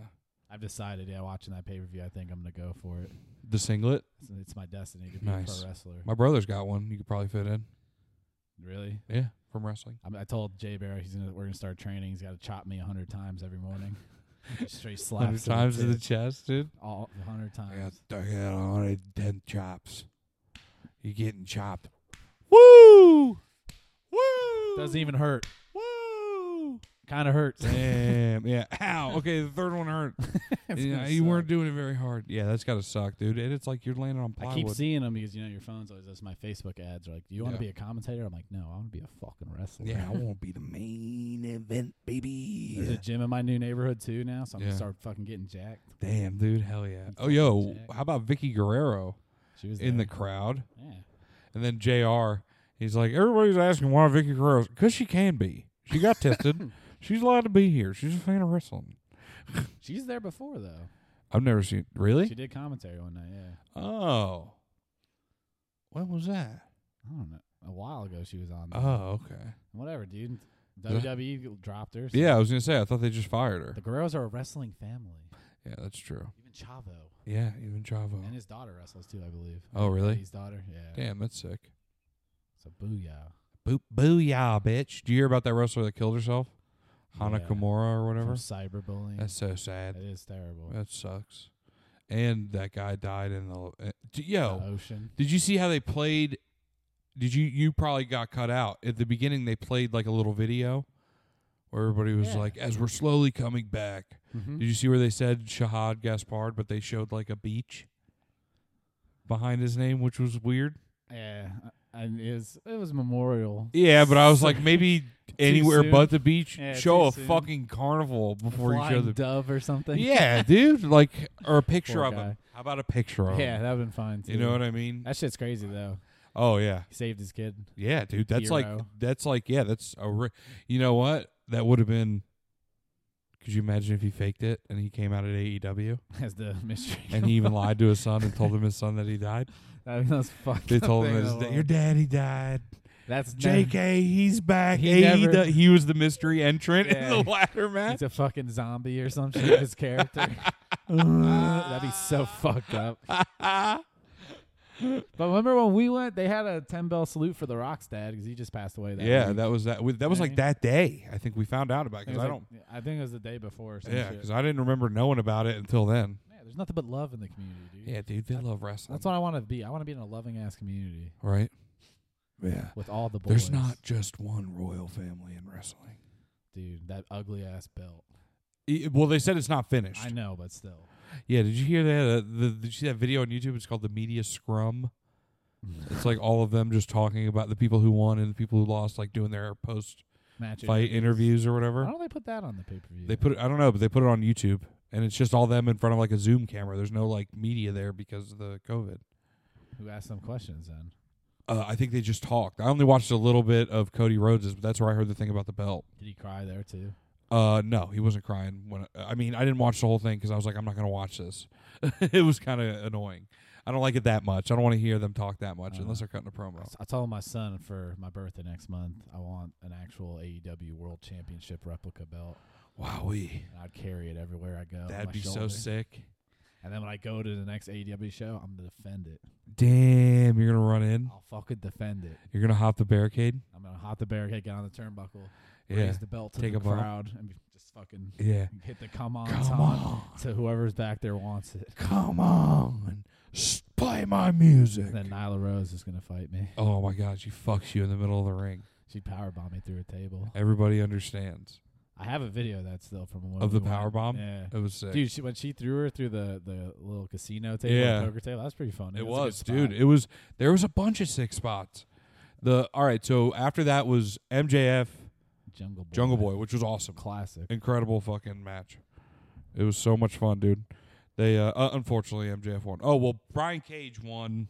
I've decided. Yeah, watching that pay per view, I think I'm gonna go for it. The singlet. It's, it's my destiny to be a Nice. pro wrestler. My brother's got one. You could probably fit in. really? Yeah, from wrestling. I, mean, I told Jay Barrow he's gonna we're gonna start training. He's got to chop me a hundred times every morning. [LAUGHS] Just Straight slaps. Hundred times to the chest, dude. tit. all a hundred I got times. I got 110 chops. You getting chopped? Woo! Woo! Doesn't even hurt. Woo! Kind of hurts. [LAUGHS] Damn. [LAUGHS] Yeah. Ow. Okay, the third one [LAUGHS] hurt. It's yeah, gonna you weren't suck. doing it very hard. Yeah, that's gotta suck, dude. And it's like you're landing on I keep plywood. seeing them because you know your phone's always that's my Facebook ads. Are like, do you want Yeah. to be a commentator? I'm like, no, I want to be a fucking wrestler. yeah, I won't be the main event, baby. [LAUGHS] There's a gym in my new neighborhood too now, so I'm Yeah. gonna start fucking getting jacked. Damn, dude, hell yeah. And Oh, yo, fucking Jack. how about Vicky Guerrero She was in the there. crowd? yeah. And then JR, he's like, everybody's asking why Vicky Guerrero, because she can be. [LAUGHS] She got tested. She's allowed to be here. She's a fan of wrestling. She's there before though. I've never seen, really? She did commentary one night. Yeah, Oh. When was that? I don't know. A while ago she was on. there. Oh, okay. Whatever, dude. Yeah. WWE dropped her. so- Yeah, I was going to say, I thought they just fired her. The Guerreros are a wrestling family. Yeah, that's true. Even Chavo Yeah, even Chavo. and his daughter wrestles too, I believe. Oh, really? His daughter, yeah. Damn, that's sick. So booyah. Boo- booyah, bitch. Do you hear about that wrestler that killed herself? Hana Yeah. Kimura or From whatever? cyberbullying. That's so sad. That is terrible. That sucks. And that guy died in the uh, d- yo. The ocean. Did you see how they played? Did you you probably got cut out at the beginning? They played like a little video where everybody was Yeah. Mm-hmm. like, "As we're slowly coming back." Did you see where they said Shahad Gaspard, but they showed like a beach behind his name, which was weird. Yeah, and it was it was memorial Yeah, but I was [LAUGHS] like, maybe anywhere soon. but the beach. Yeah, show too a soon. fucking carnival before you show flying [LAUGHS] the. dove or something. Yeah, dude. Like, or a picture Poor of guy. him. How about a picture of [LAUGHS] him? yeah, that would've been fine. Too. You know what I mean? That shit's crazy though. Oh yeah, He saved his kid. [LAUGHS] yeah, dude. That's like Hero. that's like yeah, that's a. Re- you know what? That would have been. Could you imagine if he faked it and he came out at AEW As the mystery. and he even lied to his son and told him his son that he died? [LAUGHS] that was fucked. They up told him thing that his of da- all. your daddy died. That's never- J.K. He's back. He AEW never- he was the mystery entrant Yeah. in the ladder match. He's a fucking zombie or some shit. His [LAUGHS] character. [LAUGHS] That'd be so fucked up. But remember when we went? They had a ten bell salute for the Rock's dad because he just passed away. That yeah, week. that was that. we- That was like that day. I think we found out about I think, because it I was don't. like- I think it was the day before. Or some Yeah, shit. because I didn't remember knowing about it until then. Man, there's nothing but love in the community, dude. Yeah, dude, they love wrestling. That's what I want to be. I want to be in a loving ass community right? Yeah. with all the boys. There's not just one royal family in wrestling. dude that ugly ass belt. E, well, they said it's not finished. I know, but still, Yeah, did you hear that? Uh, the, did you see that video on YouTube? It's called the Media [LAUGHS] Scrum. it's like all of them just talking about the people who won and the people who lost, like doing their post match fight interviews Oh. or Why whatever. don't they put that on the pay per view? They put it, I don't know, but they put it on YouTube, and it's just all them in front of like a Zoom camera. There's no like media there because of the COVID. who asked them questions then? Uh, I think they just talked. I only watched a little bit of Cody Rhodes, but that's where I heard the thing about the belt. Did he cry there too? Uh, no, he wasn't crying. When I mean, I didn't watch the whole thing because I was like, I'm not gonna watch this. [LAUGHS] it was kind of annoying. I don't like it that much. I don't want to hear them talk that much Uh, unless they're cutting a promo. I told my son for my birthday next month, I want an actual AEW World Championship replica belt, Wowee, and I'd carry it everywhere I go. on that'd my be so shoulder. sick. And then when I go to the next AEW show, I'm gonna defend it. Damn, you're gonna run in. I'll fucking defend it. You're gonna hop the barricade. I'm gonna hop the barricade, get on the turnbuckle, Yeah, raise the belt to Take the a bump. crowd, and be- just fucking yeah. hit the come on, Come ton on, to whoever's back there wants it. come on, S- play my music. And then Nyla Rose is gonna fight me. oh my God, she fucks you in the middle of the ring. She power bombed me through a table. Everybody understands. I have a video of that still from when Of the we went- power bomb? Yeah. It was sick. Dude, she, when she threw her through the, the little casino table, Yeah. the poker table, that was pretty fun. It a good was, spot. dude. It was. There was a bunch of sick spots. The all right. So after that was MJF Jungle Boy. Jungle Boy, which was awesome. Classic. Incredible fucking match. It was so much fun, dude. They uh, uh unfortunately MJF won. Oh well, Brian Cage won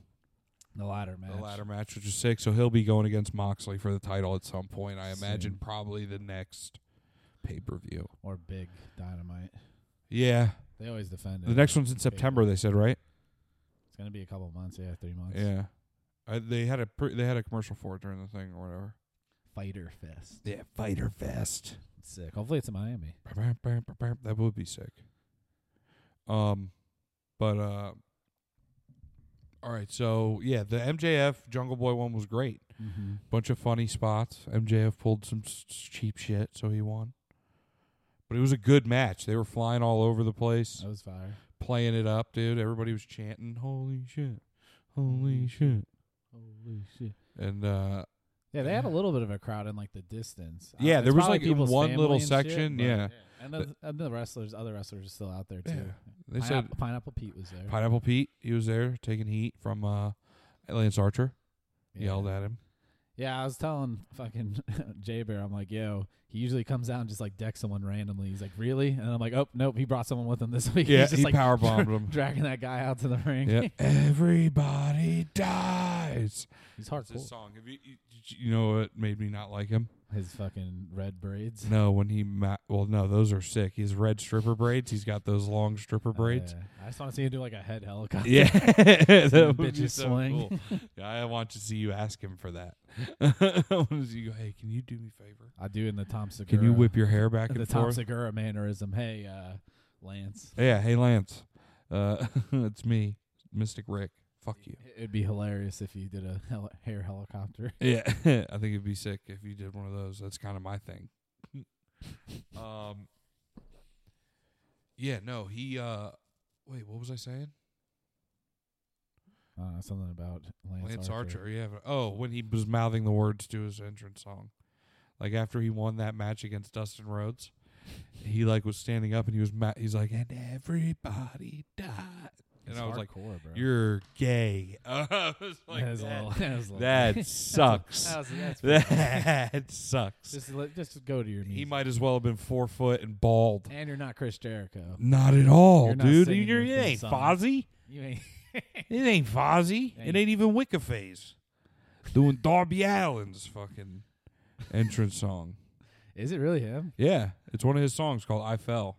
The ladder match. the ladder match, which is sick. So he'll be going against Moxley for the title at some point. I imagine Soon. probably the next pay per view. Or Big Dynamite. Yeah, They always defend it. the next one's in September. They said right. It's going to be a couple months. Yeah, three months. Yeah, I, they had a pre- they had a commercial for it during the thing or whatever. Fighter Fest. Yeah, Fighter Fest. It's sick. Hopefully it's in Miami. That would be sick. Um, but uh, all right. So yeah, the MJF Jungle Boy one was great. Mm-hmm. Bunch of funny spots. MJF pulled some s- s- cheap shit, so he won. But it was a good match. They were flying all over the place, That was fire. playing it up, dude. Everybody was chanting, "Holy shit, holy shit!" Holy shit. And uh, Yeah, they had a little bit of a crowd in like the distance. I- Yeah, it's there was, probably like, in people's one family little and shit, section, but- yeah. And the, and the wrestlers, other wrestlers, are still out there too. Yeah. they Pineapple, said Pineapple Pete was there. Pineapple Pete. He was there taking heat from uh, Lance Archer. Yeah. Yelled at him. Yeah, I was telling fucking [LAUGHS] Jay Bear, I'm like, yo, he usually comes out and just like decks someone randomly. He's like, really? And I'm like, oh nope, he brought someone with him this [LAUGHS] week. Yeah, He's just he like power [LAUGHS] bombed him. dragging that guy out to the ring. [LAUGHS] Yeah. Everybody dies. He's It's his hardcore. song. Have you, you, you know what made me not like him? His fucking red braids. No, when he ma- well, no, those are sick. He's red stripper braids. He's got those long stripper braids. Uh, I just want to see him do like a head helicopter. [LAUGHS] yeah, [LAUGHS] that would bitches be so swing. cool. Yeah, I want to see you ask him for that. [LAUGHS] I want to see you go. Hey, can you do me a favor? [LAUGHS] I do in the Tom Segura. Can you whip your hair back and the Tom forth? Segura mannerism? Hey, uh, Lance. yeah. Hey, Lance. Uh, [LAUGHS] it's me, Mystic Rick. Fuck you. It'd be hilarious if you did a hel- hair helicopter. Yeah, [LAUGHS] I think it'd be sick if you did one of those. That's kind of [LAUGHS] my thing. um, yeah, no, he. uh Wait, what was I saying? Uh, something about Lance, Lance Archer. Yeah. but- Oh, when he was mouthing the words to his entrance song, like after he won that match against Dustin Rhodes, he like was standing up and he was ma- he's like, and everybody died, and It's I was like, hardcore, bro. you're gay. [LAUGHS] I was [LAUGHS] like, That was a that, little- that was a little- [LAUGHS] that sucks. [LAUGHS] That was- that's pretty funny. That sucks. Just li- just go to your music. He might as well have been four foot and bald. [LAUGHS] And you're not Chris [LAUGHS] Jericho. Not at all, Eh. You're not dude. singing You're, your it theme ain't song. [LAUGHS] Fozzy. You ain't. It ain't Fozzy. It Ain't- ain't even Wiccaface. Doing Darby Allen's fucking entrance song. Is it really him? Yeah, it's one of his songs called "I Fell."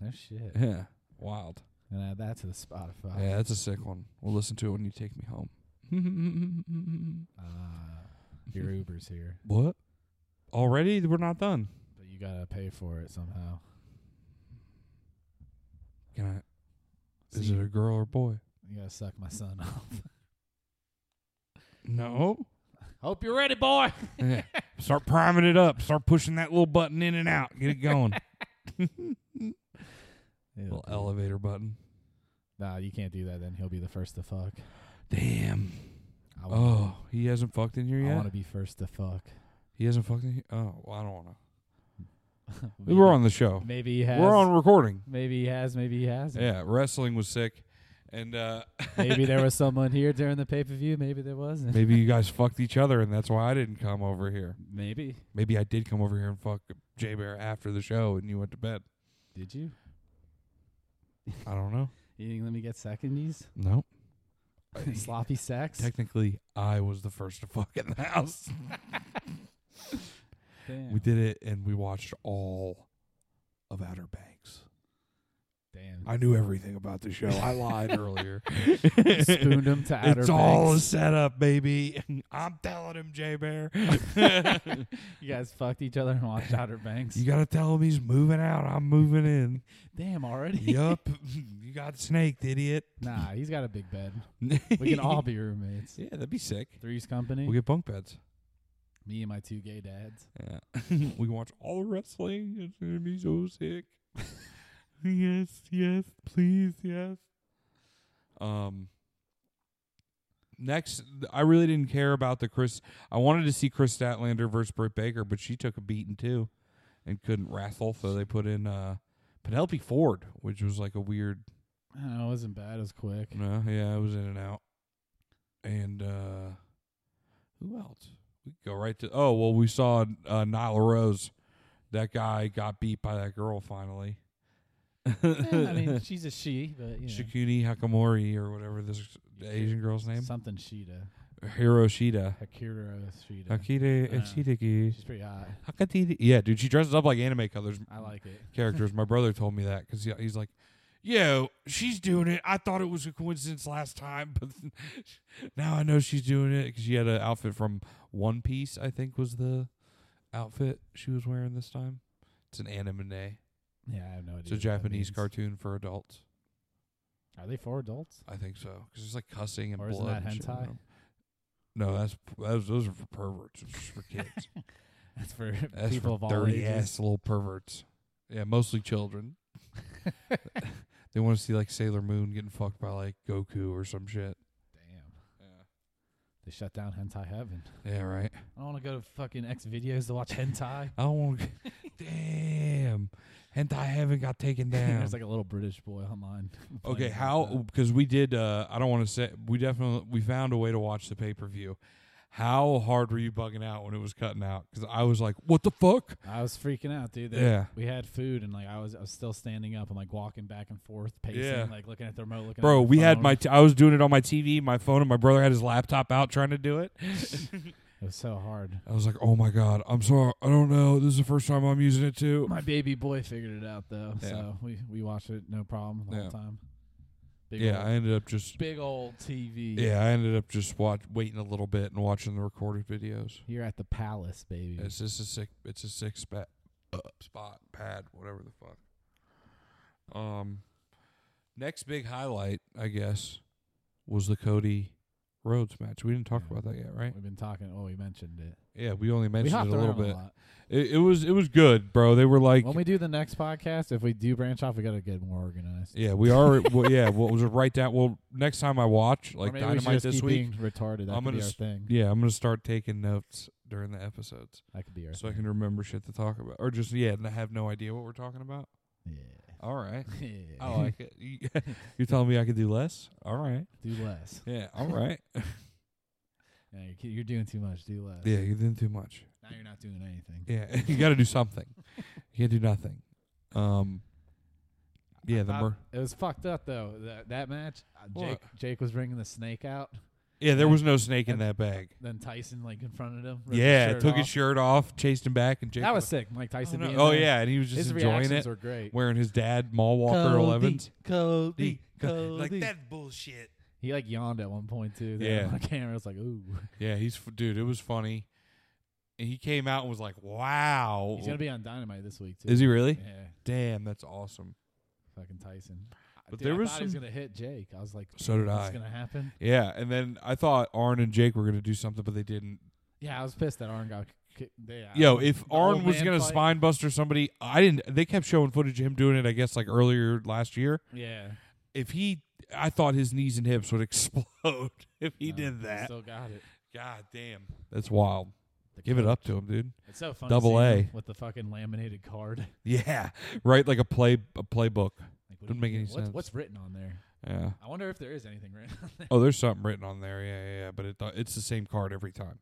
No shit. Yeah, wild. And add that to the Spotify. Yeah, that's a sick one. We'll listen to it when you take me home. Uh, your Uber's here, [LAUGHS] what? Already? We're not done. but you gotta pay for it somehow. Can I? Is See, it a girl or boy? you gotta suck my son [LAUGHS] off. No. Hope you're ready, boy. Yeah. [LAUGHS] Start priming it up. Start pushing that little button in and out. Get it going. [LAUGHS] little elevator button. Nah, you can't do that. Then he'll be the first to fuck. Damn. I wanna, Oh, he hasn't fucked in here I yet. want to be first to fuck. He hasn't fucked in here. Oh, well, I don't want to. We're on the show. Maybe he has. We're on recording. Maybe he has. Maybe he hasn't. Yeah, wrestling was sick, and uh [LAUGHS] [LAUGHS] Maybe there was someone here during the pay per view. Maybe there wasn't. maybe you guys fucked each other, and that's why I didn't come over here. Maybe. Maybe I did come over here and fuck J Bear after the show, and you went to bed. Did you? I don't know. You didn't let me get secondies? No, [LAUGHS] Sloppy sex? technically, I was the first to fuck in the house. Damn. We did it, and we watched all of Outer Banks. Damn. I knew everything about the show. [LAUGHS] I lied earlier. [LAUGHS] Spooned him to Outer it's [LAUGHS] all a Banks. setup, baby. I'm telling him, J Bear. You guys fucked each other and watched Outer Banks. you gotta tell him he's moving out. I'm moving in. [LAUGHS] Damn already. yup. [LAUGHS] You got snaked, idiot. [LAUGHS] [LAUGHS] Nah, he's got a big bed. we We can all be [LAUGHS] roommates. Yeah, that'd be sick. Three's company. We'll get bunk beds. me and my two gay dads. Yeah. [LAUGHS] we can watch all the wrestling. It's gonna be so sick. [LAUGHS] yes, yes, please, yes. Um next I really didn't care about the Chris I wanted to see Chris Statlander versus Britt Baker, but she took a beating too and couldn't wrestle, so they put in uh Penelope Ford, which was like a weird I don't know, it wasn't bad. It was [LAUGHS] quick. no, yeah, it was in and out. And uh who else? We could go right to oh well, we saw uh, Nyla Rose. That guy got beat by that girl finally. [LAUGHS] Eh, I mean, she's a she, but you know, Shikuni Hakamori or whatever this Asian girl's name, something Sheeta, Hiroshita. Akira Sheeta. Hakire Uh, Ishitiki. She's pretty hot. Hakatiti. Yeah, dude, she dresses up like anime colors I like it. characters. My brother told me that because he's like, "Yo, she's doing it. I thought it was a coincidence last time, [LAUGHS] but now I know she's doing it because she had an outfit from One Piece. I think was the outfit she was wearing this time. It's an anime. Yeah, I have no idea. It's a what that Japanese means. cartoon for adults. Are they for adults? I think so because it's like cussing and Or blood. isn't that and shit in hentai? them. No, that's those, those are for perverts. It's just for kids. That's [LAUGHS] for That's people for of all dirty ages. ass little perverts. Yeah, [LAUGHS] mostly children. they want to see like Sailor Moon getting fucked by like Goku or some shit. Damn, they shut down hentai heaven. Yeah, right. I don't want to go to fucking X videos to [LAUGHS] watch hentai. I don't want. to [LAUGHS] Damn, hentai heaven [LAUGHS] got taken down. There's like a little British boy online. [LAUGHS] okay, playing how? hentai. Because we did. uh I don't want to say we definitely we found a way to watch the pay per view. How hard were you bugging out when it was cutting out? Because I was like, "What the fuck?" I was freaking out, dude. They- Yeah. we had food and like I was I was still standing up and like walking back and forth, pacing, Yeah. like looking at the remote, looking. at Bro, my we had phone. my. T- I was doing it on my TV, my phone, and my brother had his laptop out trying to do it. It was so hard. I was like, "Oh my god, I'm sorry, I don't know. This is the first time I'm using it too." My baby boy figured it out though, Yeah. so we we watched it no problem the Yeah. whole time. Big Yeah, old, I ended up just big old TV. yeah, I ended up just watch waiting a little bit and watching the recorded videos. You're at the palace, baby. It's just a sick, it's a six spot, spot pad, whatever the fuck. Um, next big highlight, I guess, was the Cody Rhodes match. We didn't talk Yeah. about that yet, right? We've been talking. Oh, we mentioned it. Yeah, we only we mentioned hopped it a little around bit. a lot. It, it was it was good, bro. They were like, when we do the next podcast, if we do branch off, we got to get more organized. yeah, we are, well, yeah, we'll just write that. Well, next time I watch Or like maybe we should Dynamite just this keep week, being retarded. That I'm could gonna be our s- thing. Yeah, I'm gonna start taking notes during the episodes That could be our. so I thing. can remember shit to talk about, or just yeah, and I have no idea what we're talking about. [LAUGHS] Yeah. All right. yeah. [LAUGHS] Oh, I like it. [LAUGHS] You're telling me I could do less? All right. do less. Yeah. [LAUGHS] All right. Yeah, you're, ki- you're doing too much. Do less. yeah, you're doing too much. Now you're not doing anything. Yeah, [LAUGHS] you got to do something. You can't do nothing. Um. Yeah, the I- mer- Uh, it was fucked up though. That that match, uh, Jake Jake was wringing the snake out. yeah, there was no snake in I- that bag. Then Tyson like confronted him. ripped his Yeah, shirt took his off. shirt off, chased him back, and Jake. That was was- sick. Mike Oh, Tyson. no. being oh there. yeah, and he was just his enjoying reactions it, were great. wearing his dad Mall Walker Cody, 11s. Cody, Cody. Like that bullshit. He like yawned at one point too. Yeah. Yeah, on [LAUGHS] camera, it's like ooh, Yeah, he's f- dude. It was funny, and he came out and was like, "Wow, he's gonna be on Dynamite this week too. Oh, is he really? Yeah, Damn, that's awesome." fucking Tyson. But Dude, there I was thought he was some- gonna hit Jake. I was like, So did "What's I. gonna happen?" Yeah, and then I thought Arn and Jake were gonna do something, but they didn't. Yeah, I was pissed that Arn got. Ki- yeah, I Yo, was- if the Arn old was man gonna fight- spine buster somebody, I didn't. They kept showing footage of him doing it. I guess like earlier last year. yeah, If he, I thought his knees and hips would [LAUGHS] explode if he no, did that. Still got it. God damn, that's wild. The Give it coach. up to him, dude. It's so funny. Double seeing A. him with the fucking laminated card. [LAUGHS] Yeah, [LAUGHS] right. Like a play, a playbook. Like, Doesn't make any what's, sense. What's written on there? Yeah. I wonder if there is anything written on there. Oh, there's something written on there. Yeah, yeah, yeah. But it th- it's the same card every time.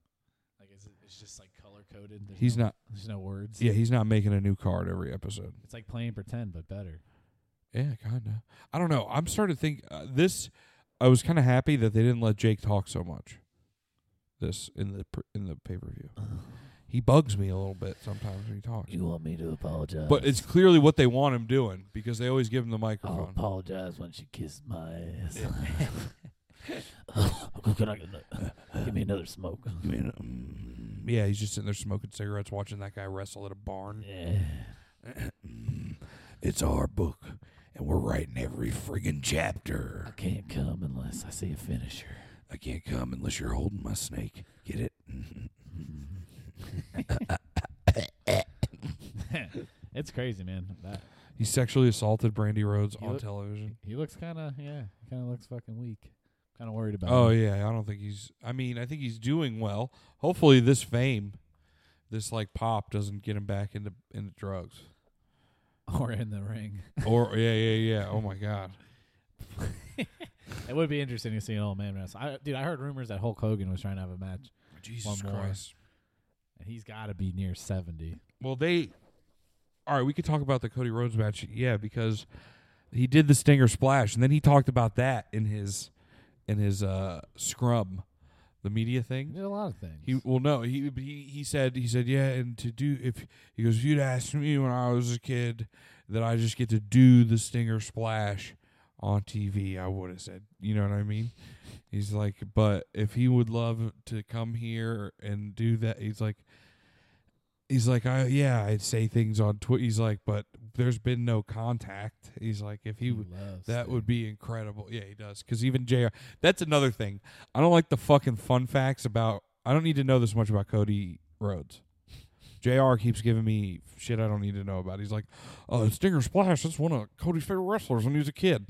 Like, is it, it's just like color coded. He's not. There's no words. Yeah, he's not making a new card every episode. It's like playing pretend, but better. Yeah, kind of. I don't know. I'm starting to think uh, this. I was kind of happy that they didn't let Jake talk so much. This in the pr- in the pay per view. he bugs me a little bit sometimes when he talks. Uh-huh. You want me to apologize? But it's clearly what they want him doing because they always give him the I'll microphone. apologize once you kiss my ass. Can I get a- give me another smoke? yeah, he's just sitting there smoking cigarettes, watching that guy wrestle at a barn. Yeah. It's our book, and we're writing every friggin' I chapter. can't come unless I see a finisher. I can't come unless you're holding my snake. Get it? it's crazy, man. That He sexually assaulted Brandy Rhodes You on look- television. he looks kind of yeah, kind of looks fucking weak. Kind of worried about. Oh him. yeah, I don't think he's. I mean, I think he's doing well. Hopefully, this fame, this like pop, doesn't get him back into into drugs. [LAUGHS] or in the ring. Or yeah, yeah, yeah. Oh my God. It would be interesting to see an old man wrestle. I, dude, I heard rumors that Hulk Hogan was trying to have a match, [LAUGHS] Jesus more. Christ. and he's got to be near seventy. Well, they. All right, we could talk about the Cody Rhodes match, yeah, because he did the Stinger Splash, and then he talked about that in his in his uh scrum, the media He thing. did a lot of things. He well, no, he he he said he said yeah, and to do if he goes, if you'd asked me when I was a kid that I just get to do the Stinger Splash on TV, I would have said, you know what I mean. He's like, but if he would love to come here and do that, he's like, he's like, I yeah, I'd say things on Twitter. He's like, but there's been no contact. He's like, if he w- loves that would be incredible. Yeah, he does. Because even Jr. That's another thing. I don't like the fucking fun facts about. I don't need to know this much about Cody Rhodes. Jr. keeps giving me shit I don't need to know about. He's like, oh, Stinger Splash. That's one of Cody's favorite wrestlers when he was a kid.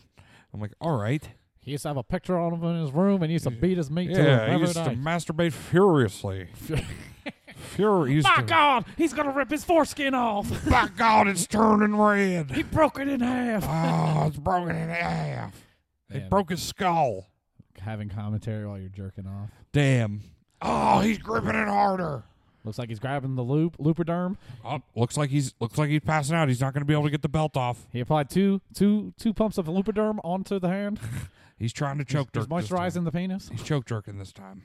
I'm like, all right. He used to have a picture on him in his room, and he used to beat his meat to Yeah, him he used every to night. masturbate furiously. Fury. he used My to- God, he's gonna rip his foreskin off. [LAUGHS] By God, it's turning red. he broke it in half. Oh, it's broken in half. It Yeah. broke his skull. Having commentary while you're jerking off. Damn. Oh, he's gripping it harder. Looks like he's grabbing the loop, looperderm. Oh, looks like he's looks like he's passing out. He's not going to be able to get the belt off. He applied two, two, two pumps of looperderm onto the [LAUGHS] hand. He's trying to choke He's jerk. this time. moisturizing the penis. He's choke jerking this time.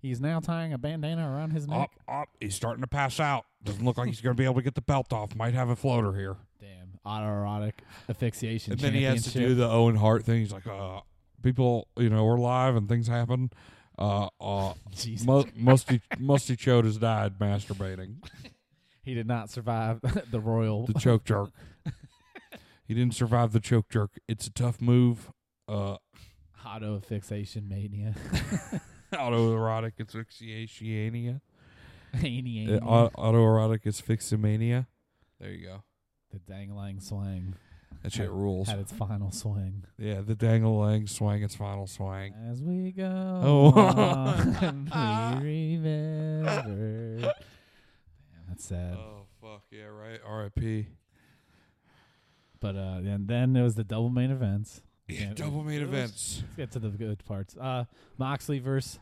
He's now tying a bandana around his neck. Up, up. He's starting to pass out. Doesn't look like he's going to be able to get the belt off. Might have a floater here. Damn, autoerotic asphyxiation. and then he has to do championship. the Owen Hart thing. He's like, uh, people, you know, we're live and things happen. Uh, uh, Jesus. Mu- Musty Musty Chode has died masturbating. He did not survive [LAUGHS] the royal. The [LAUGHS] choke jerk. he didn't survive the choke jerk. It's a tough move. Uh, Auto fixation mania. [LAUGHS] [LAUGHS] autoerotic asphyxiation. Any, Uh, au- autoerotic asphyxiomania. There you go. the dangling swang That shit rules. had its final swing. Yeah, the dangle leg swang. It's final swang. As we go, [LAUGHS] Oh. [LAUGHS] on, we remember. Damn, that's sad. Oh fuck yeah! Right. R.I.P. But uh, and then it was the double main events. Yeah, Yeah, double main it was- events. Let's get to the good parts. Uh, Moxley versus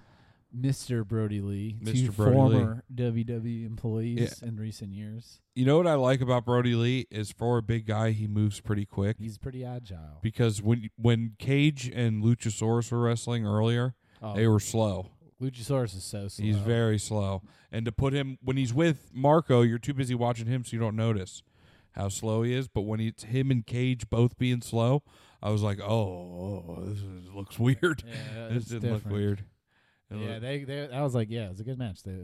Mr. Brody Lee, two Mr. Brody Lee. former WWE employees in recent years. You know what I like about Brody Lee is for a big guy, he moves pretty quick. He's pretty agile. Because when when Cage and Luchasaurus were wrestling earlier, Oh, they were slow. Luchasaurus is so slow. He's very slow. And to put him when he's with Marco, you're too busy watching him so you don't notice how slow he is. But when it's him and Cage both being slow, I was like, oh, oh, this is, looks weird. [LAUGHS] Yeah, this it's didn't look different. weird. It Yeah, looked- they, they. I was like, yeah, it was a good match. They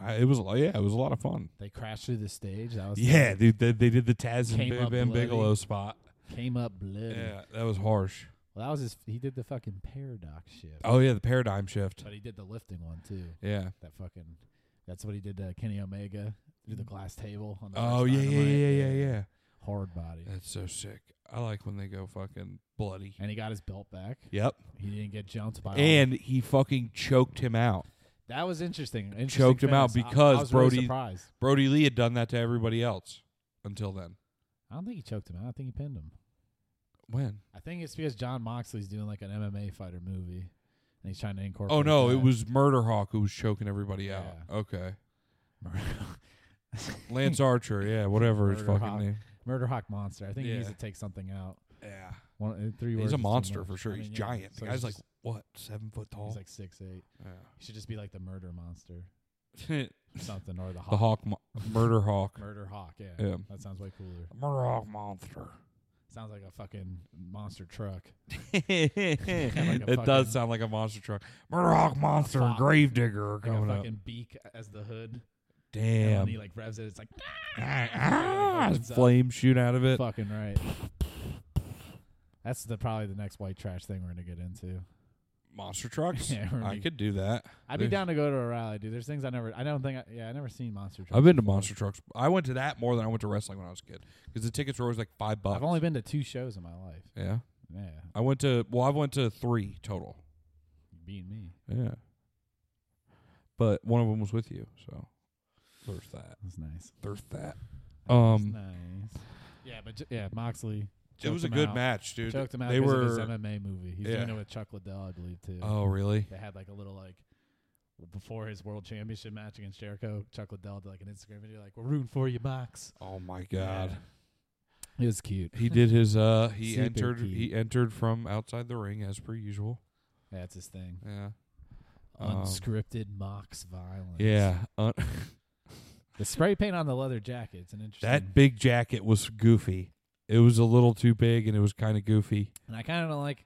I, it was yeah, it was a lot of fun. they crashed through the stage. That was Yeah, dude, they, they did the Taz and Came Bam up Bam bloody. Bigelow spot. came up bloody. Yeah, that was harsh. Well, that was his. He did the fucking paradox shit, Oh yeah, the paradigm shift. but he did the lifting one too. Yeah. That fucking. That's what he did to Kenny Omega through the glass table. On the Oh first yeah, yeah, Dynamite. yeah, yeah, yeah. Hard body, That's so sick. I like when they go fucking bloody. and he got his belt back. Yep. He didn't get jumped by. all- And he fucking choked him out. that was interesting. interesting Choked him out finish. I- because I, was really Brody- surprised. Brody Lee had done that to everybody else until then. I don't think he choked him out. I think he pinned him. When? I think it's because John Moxley's doing like an MMA fighter movie, and he's trying to incorporate. Oh no, that. it was Murder Hawk who was choking everybody out. Yeah. Okay. Lance Archer, [LAUGHS] yeah, whatever his Murder fucking Hawk. name. Murder Hawk monster. I think he needs Yeah. to take something out. Yeah. One, uh, three words He's a is too monster much. for sure. I He's mean, yeah. giant. So the guy's he's like just- [LAUGHS] what, seven foot tall? he's like six eight. yeah. He should just be like the murder monster. [LAUGHS] the something or the hawk. Hawk, mo- Murder Hawk, Murder hawk. Yeah. Yeah. That sounds way cooler. Murder Hawk [LAUGHS] monster. Sounds like a fucking monster truck. it fucking- does sound like a monster truck. Murder Hawk monster, fox. Gravedigger are Like a coming up. fucking beak as the hood. And Damn, when he like revs it, it's like [LAUGHS] [LAUGHS] Ah, [LAUGHS] ah, opens up. flames shoot out of it. fucking right. That's the probably the next white trash thing we're gonna get into. Monster [LAUGHS] trucks. Yeah, we're I big- could do that. I'd be There's- down to go to a rally, dude. There's things I never. I don't think. I, yeah, I never seen monster trucks. I've been to before. monster trucks. I went to that more than I went to wrestling when I was a kid because the tickets were always like five bucks. I've only been to two shows in my life. yeah. Yeah, I went to well, I went to three total. you beat me. Yeah. But one of them was with you, so there's that. That's nice. There's that. That was Um, nice. Yeah, but j- yeah, Moxley. It was a choked him good out. match, dude. Choked him out. they 'cause of his were. MMA movie. He's Yeah. doing it with Chuck Liddell, I believe, too. Oh, really? They had like a little like before his world championship match against Jericho. Chuck Liddell did like an Instagram video, like "We're rooting for you, Mox." Oh my God. It was cute. He did [LAUGHS] his. Uh, he Sleeper entered. key. He entered from outside the ring as per usual. That's his thing. Yeah. Um, Unscripted Mox violence. Yeah. Un- The spray paint on the leather jacket's an interesting. that big jacket was goofy. It was a little too big, and it was kind of goofy. and I kind of don't like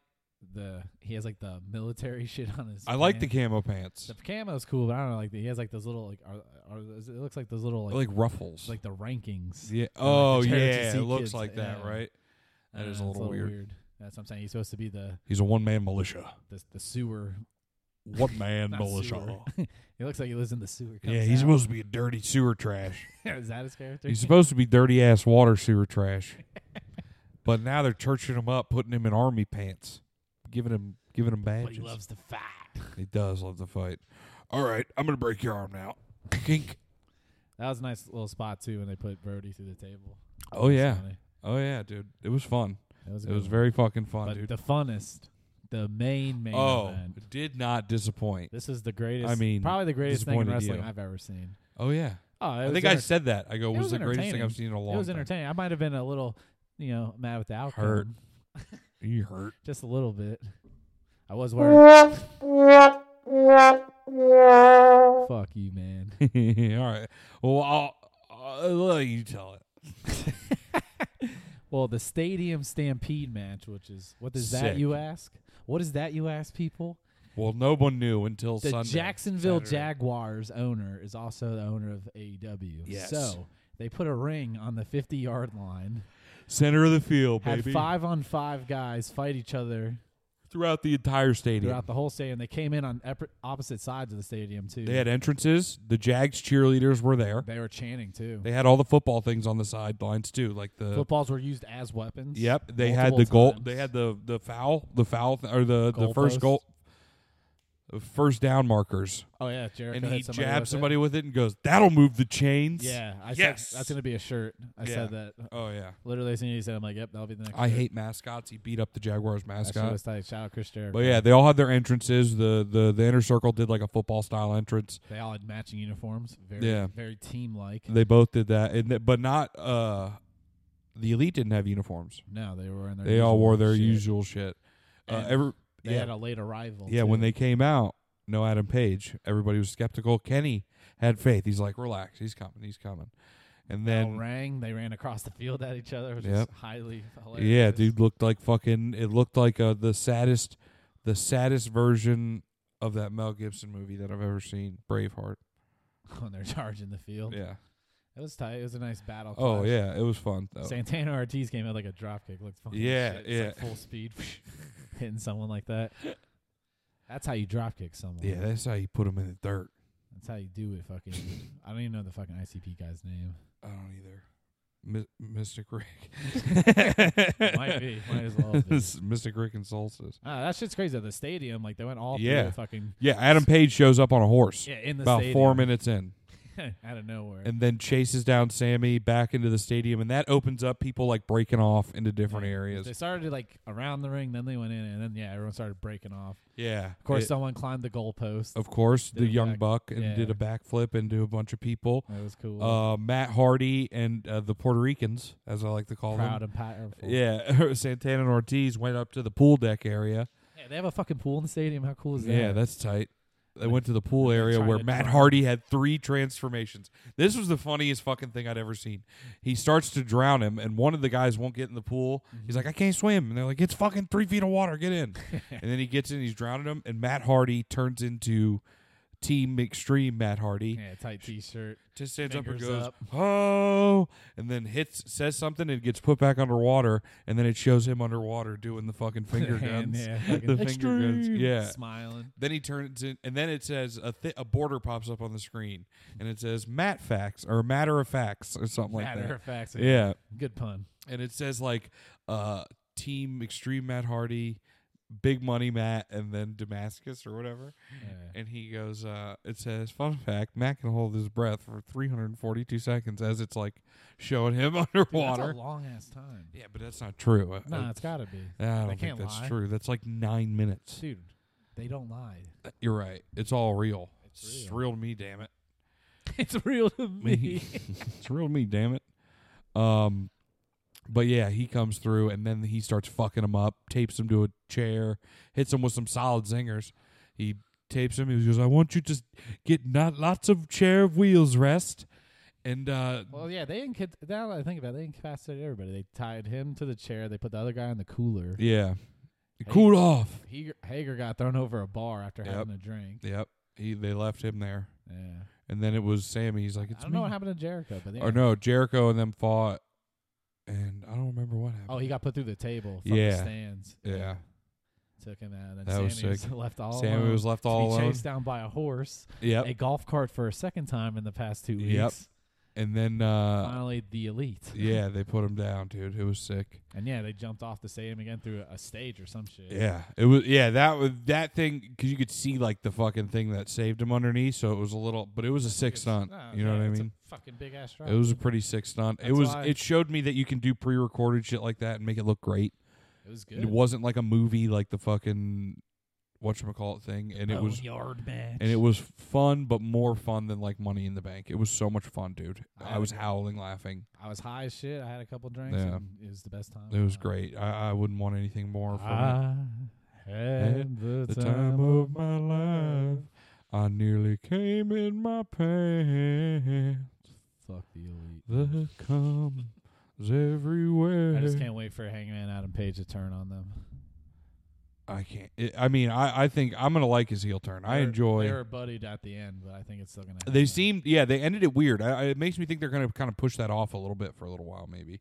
the he has like the military [LAUGHS] shit on his. I like the pants. camo pants. The camo's cool, but I don't know. Like the, he has like those little like are, are those- it looks like those little I like like ruffles. like the rankings. yeah. the Oh Charities yeah. It Sea looks Kids, like that, yeah. right? I don't That is a know, Uh, it's little weird. That's what I'm saying. He's supposed to be the He's a one man militia. the, the sewer. [LAUGHS] One man not militia. [LAUGHS] sewer. he looks like he lives in the sewer. Yeah, comes he's out. supposed to be a dirty [LAUGHS] sewer trash. is that his character? [LAUGHS] He's supposed to be dirty ass water sewer trash. But now they're churching him up, putting him in army pants, giving him giving him badges. But he loves to fight. He does love to fight. All right, I'm gonna break your [LAUGHS] arm now. Kink. That was a nice little spot too when they put Brody through the table. Oh That's yeah, funny. oh yeah, dude. It was fun. That was a It good was one. very fucking fun, but dude. the funnest, the main main oh, event. it did not disappoint. This is the greatest. I mean, probably the greatest thing in disappointed wrestling you. I've ever seen. Oh yeah, Oh, I think I said that. I go it was, was the greatest thing entertaining. I've seen in a long. it was time. entertaining. I might have been a little, you know, mad with the outcome, Hurt. [LAUGHS] You hurt. just a little bit. I was worried. Fuck you, man. All right. Well, I'll, I'll let you tell it. Well, the stadium stampede match, which is what is that Sick. you ask? What is that you ask people? Well, no one knew until The Sunday. Jacksonville Saturday. Jaguars owner is also the owner of AEW. Yes. So they put a ring on the 50 yard line, center of the field, had baby. five on five guys fight each other throughout the entire stadium. throughout the whole stadium. They came in on ep- opposite sides of the stadium, too. they had entrances. The Jags cheerleaders were there. They were chanting, too. They had all the football things on the sidelines too, like the Footballs were used as weapons. Yep, they multiple had the goal. times. They had the the foul, the foul, th- or the the Goal first post. goal, the first down markers, Oh, yeah. Jericho and hit he somebody jabs with it. somebody with it and goes, "That'll move the chains." Yeah. I Yes. said that's going to be a shirt. I said that. Oh yeah. Literally, as soon as he said, I'm like, yep, that'll be the next I shirt. hate mascots. He beat up the Jaguars That shit mascot. was tight. Shout out Chris Jericho. But yeah, they all had their entrances. The the the inner circle did like a football style entrance. They all had matching uniforms. Very, Yeah. very team like. They both did that, and th- but not uh, the elite didn't have uniforms. No, they were in their. They all usual wore their shit. usual shit. Uh, And every They yeah. had a late arrival. Yeah, when too. they came out, no Adam Page. Everybody was skeptical. Kenny had faith. He's like, relax, he's coming, he's coming. And Bell then, rang, they ran across the field at each other, which Yep. is highly hilarious. yeah, dude looked like fucking. It looked like uh, the saddest, the saddest version of that Mel Gibson movie that I've ever seen, Braveheart. [LAUGHS] When they're charging the field, Yeah. it was tight. It was a nice battle. Oh clash. yeah, it was fun though. Santana Ortiz came out like a drop kick. Looked funny. as Yeah, shit. It's like yeah. full [LAUGHS] speed, [LAUGHS] hitting someone like that. That's how you drop kick someone. Yeah, that's how you put him in the dirt. that's how you do it. Fucking, I don't even know the fucking ICP guy's name. I don't either. Mi- Mystic Rick. [LAUGHS] Might [LAUGHS] be, might as well be. Mystic Rick and Solstice. Ah, that shit's crazy. though. The stadium, like they went all Yeah. through the fucking Yeah, Adam Page shows up on a horse yeah in the about stadium. four minutes in. [LAUGHS] out of nowhere. and then chases down Sammy back into the stadium, and that opens up people like breaking off into different Yeah. areas. They started like around the ring, then they went in, and then yeah, everyone started breaking off. Yeah, Of course, It- someone climbed the goalpost. of course, did the a young back- buck and yeah. did a backflip into a bunch of people. that was cool. Uh, Matt Hardy and uh, the Puerto Ricans, as I like to call Proud and them. powerful. yeah, [LAUGHS] Santana and Ortiz went up to the pool deck area. Yeah, they have a fucking pool in the stadium. How cool is that? Yeah, that's tight. They went to the pool area tried where to Matt draw- Hardy had three transformations. This was the funniest fucking thing I'd ever seen. He starts to drown him, and one of the guys won't get in the pool. Mm-hmm. He's like, I can't swim. And they're like, It's fucking three feet of water. [LAUGHS] Get in. and then he gets in, he's drowning him, and Matt Hardy turns into Team Extreme Matt Hardy. Yeah, tight T-shirt. [LAUGHS] Just stands up Fingers and goes, up. oh, and then hits, says something, and gets put back underwater, and then it shows him underwater doing the [LAUGHS] fucking finger Hand, guns. yeah, [LAUGHS] the fucking finger guns. Yeah. Smiling. Then he turns in, and then it says a, th- a border pops up on the screen, and it says Matt facts or matter of facts or something Matter like of fact. that. Yeah, Good pun. and it says like uh, Team Extreme Matt Hardy, Big Money Matt, and then Damascus or whatever. Yeah. And he goes, uh, it says, fun fact, Matt can hold his breath for 342 seconds as it's like showing him [LAUGHS] underwater. That's a long ass time. yeah, but that's not true. I- Nah, I, it's gotta be. I don't they think can't that's lie. true. That's like nine minutes. Dude, they don't lie. You're right. It's all real. It's, It's real. to me, damn it. it's real to [LAUGHS] me. [LAUGHS] It's real to me, damn it. Um, but yeah, he comes through and then he starts fucking him up, tapes him to a chair, hits him with some solid zingers. He tapes him. He goes, "I want you to s- get not lots of chair wheels rest." And uh, well, yeah, they didn't. kid- Now that I think about it, they incapacitated everybody. They tied him to the chair. They put the other guy in the cooler. Yeah. [LAUGHS] Cool off. He, Hager got thrown over a bar after Yep. having a drink. Yep. He they left him there. Yeah. And then it was Sammy. He's like, It's I don't me. know what happened to Jericho, but they Or no, Jericho and them fought and I don't remember what happened. Oh, he got put through the table. From Yeah. The stands. yeah. Took him out. And then That Sammy was sick. left all Sammy alone was left to all be alone. chased down by a horse, Yep. a golf cart for a second time in the past two weeks. Yep. And then uh Finally, the elite. yeah, they put him down, dude. It was sick. [LAUGHS] And yeah, they jumped off the stadium again through a, a stage or some shit. Yeah. It was yeah, that was that thing cuz you could see like the fucking thing that saved him underneath, so it was a little but it was a sick stunt. Ah, You know yeah, what I it's a mean? fucking big ass It was a pretty sick stunt. it That's was why- it showed me that you can do pre-recorded shit like that and make it look great. It was good. It wasn't like a movie, like the fucking whatchamacallit thing, and Oh, it was yard match. and it was fun, but more fun than like Money in the Bank. It was so much fun, dude. I I was agree. howling, laughing. I was high as shit. I had a couple drinks. Yeah. And it was the best time. It was great. I, I wouldn't want anything more from it. Oh, I had Had the, The time time of my life, I nearly came in my pants. Fuck the elite. The comes everywhere. I just can't wait for Hangman Adam Page to turn on them. I can't. It, I mean, I, I think I'm gonna like his heel turn. I They're- enjoy. They were buddied at the end, but I think it's still gonna. Happen. They seem, yeah, they ended it weird. I, I, it makes me think they're going to kind of push that off a little bit for a little while, maybe,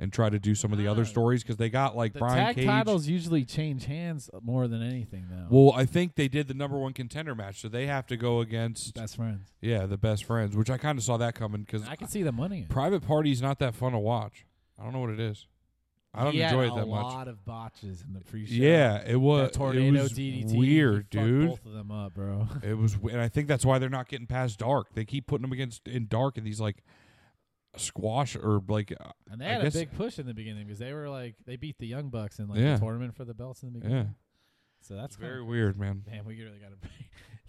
and try to do some of the other Ah. stories because they got like The Brian tag Cage. titles usually change hands more than anything, though. Well, I think they did the number one contender match, so they have to go against best friends. yeah the best friends, which I kind of saw that coming because I can see them winning it. Private Party's not that fun to watch. I don't know what it is. I don't He had enjoy it a that much. lot of botches in the pre-show. Yeah, it was that tornado it was DDT. weird, he fucked dude. Both of them up, bro. It was, w- and I think that's why they're not getting past dark. They keep putting them against in dark and these like squash or like uh, And they I had a guess- big push in the beginning because they were like they beat the Young Bucks in like Yeah. the tournament for the belts in the beginning. yeah. So that's It's very very [LAUGHS] weird, man. man. We really got to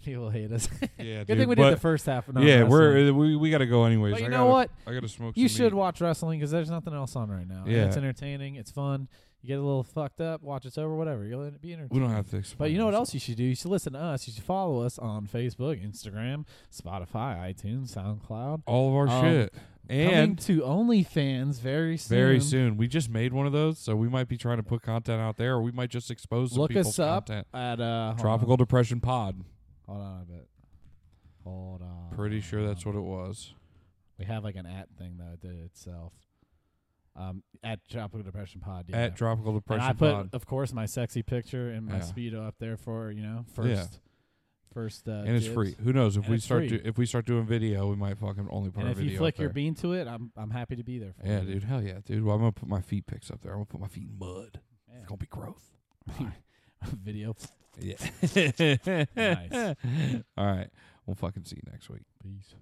people hate us. [LAUGHS] Yeah, Good thing we did the first half. of yeah, non-wrestling. we're we, we got to go anyways. But you I know gotta, what? I gotta smoke. You some should Meat. watch wrestling because there's nothing else on right now. And Yeah. it's entertaining. It's fun. You get a little fucked up. Watch it's over. Whatever. You'll be entertained. we don't have to. Explain But you know what ourselves. else you should do? You should listen to us. You should follow us on Facebook, Instagram, Spotify, iTunes, SoundCloud. All of our Um, shit, Coming and to OnlyFans very soon. very soon we just made one of those, so we might be trying to put content out there, or we might just expose some Look people's us up content. at uh, hold Tropical Depression Pod. On. Hold on a bit. Hold on. Pretty sure that's what it was. we have like an at thing though. It did it itself. Um, at Tropical Depression Pod. Yeah. At Tropical and Depression I put, Pod. of course, my sexy picture and my Yeah. speedo up there for you know first, Yeah. first. Uh, and it's dibs. free. Who knows if And we it's start free. do, if we start doing video, we might fucking only put And our if video you flick up there. your bean to it, I'm I'm happy to be there. for yeah, you. dude, hell yeah, dude. Well, I'm gonna put my feet pics up there. I'm gonna put my feet in mud. Yeah. It's gonna [LAUGHS] be gross. Video. Yeah. [LAUGHS] Nice. All right. We'll fucking see you next week. Peace.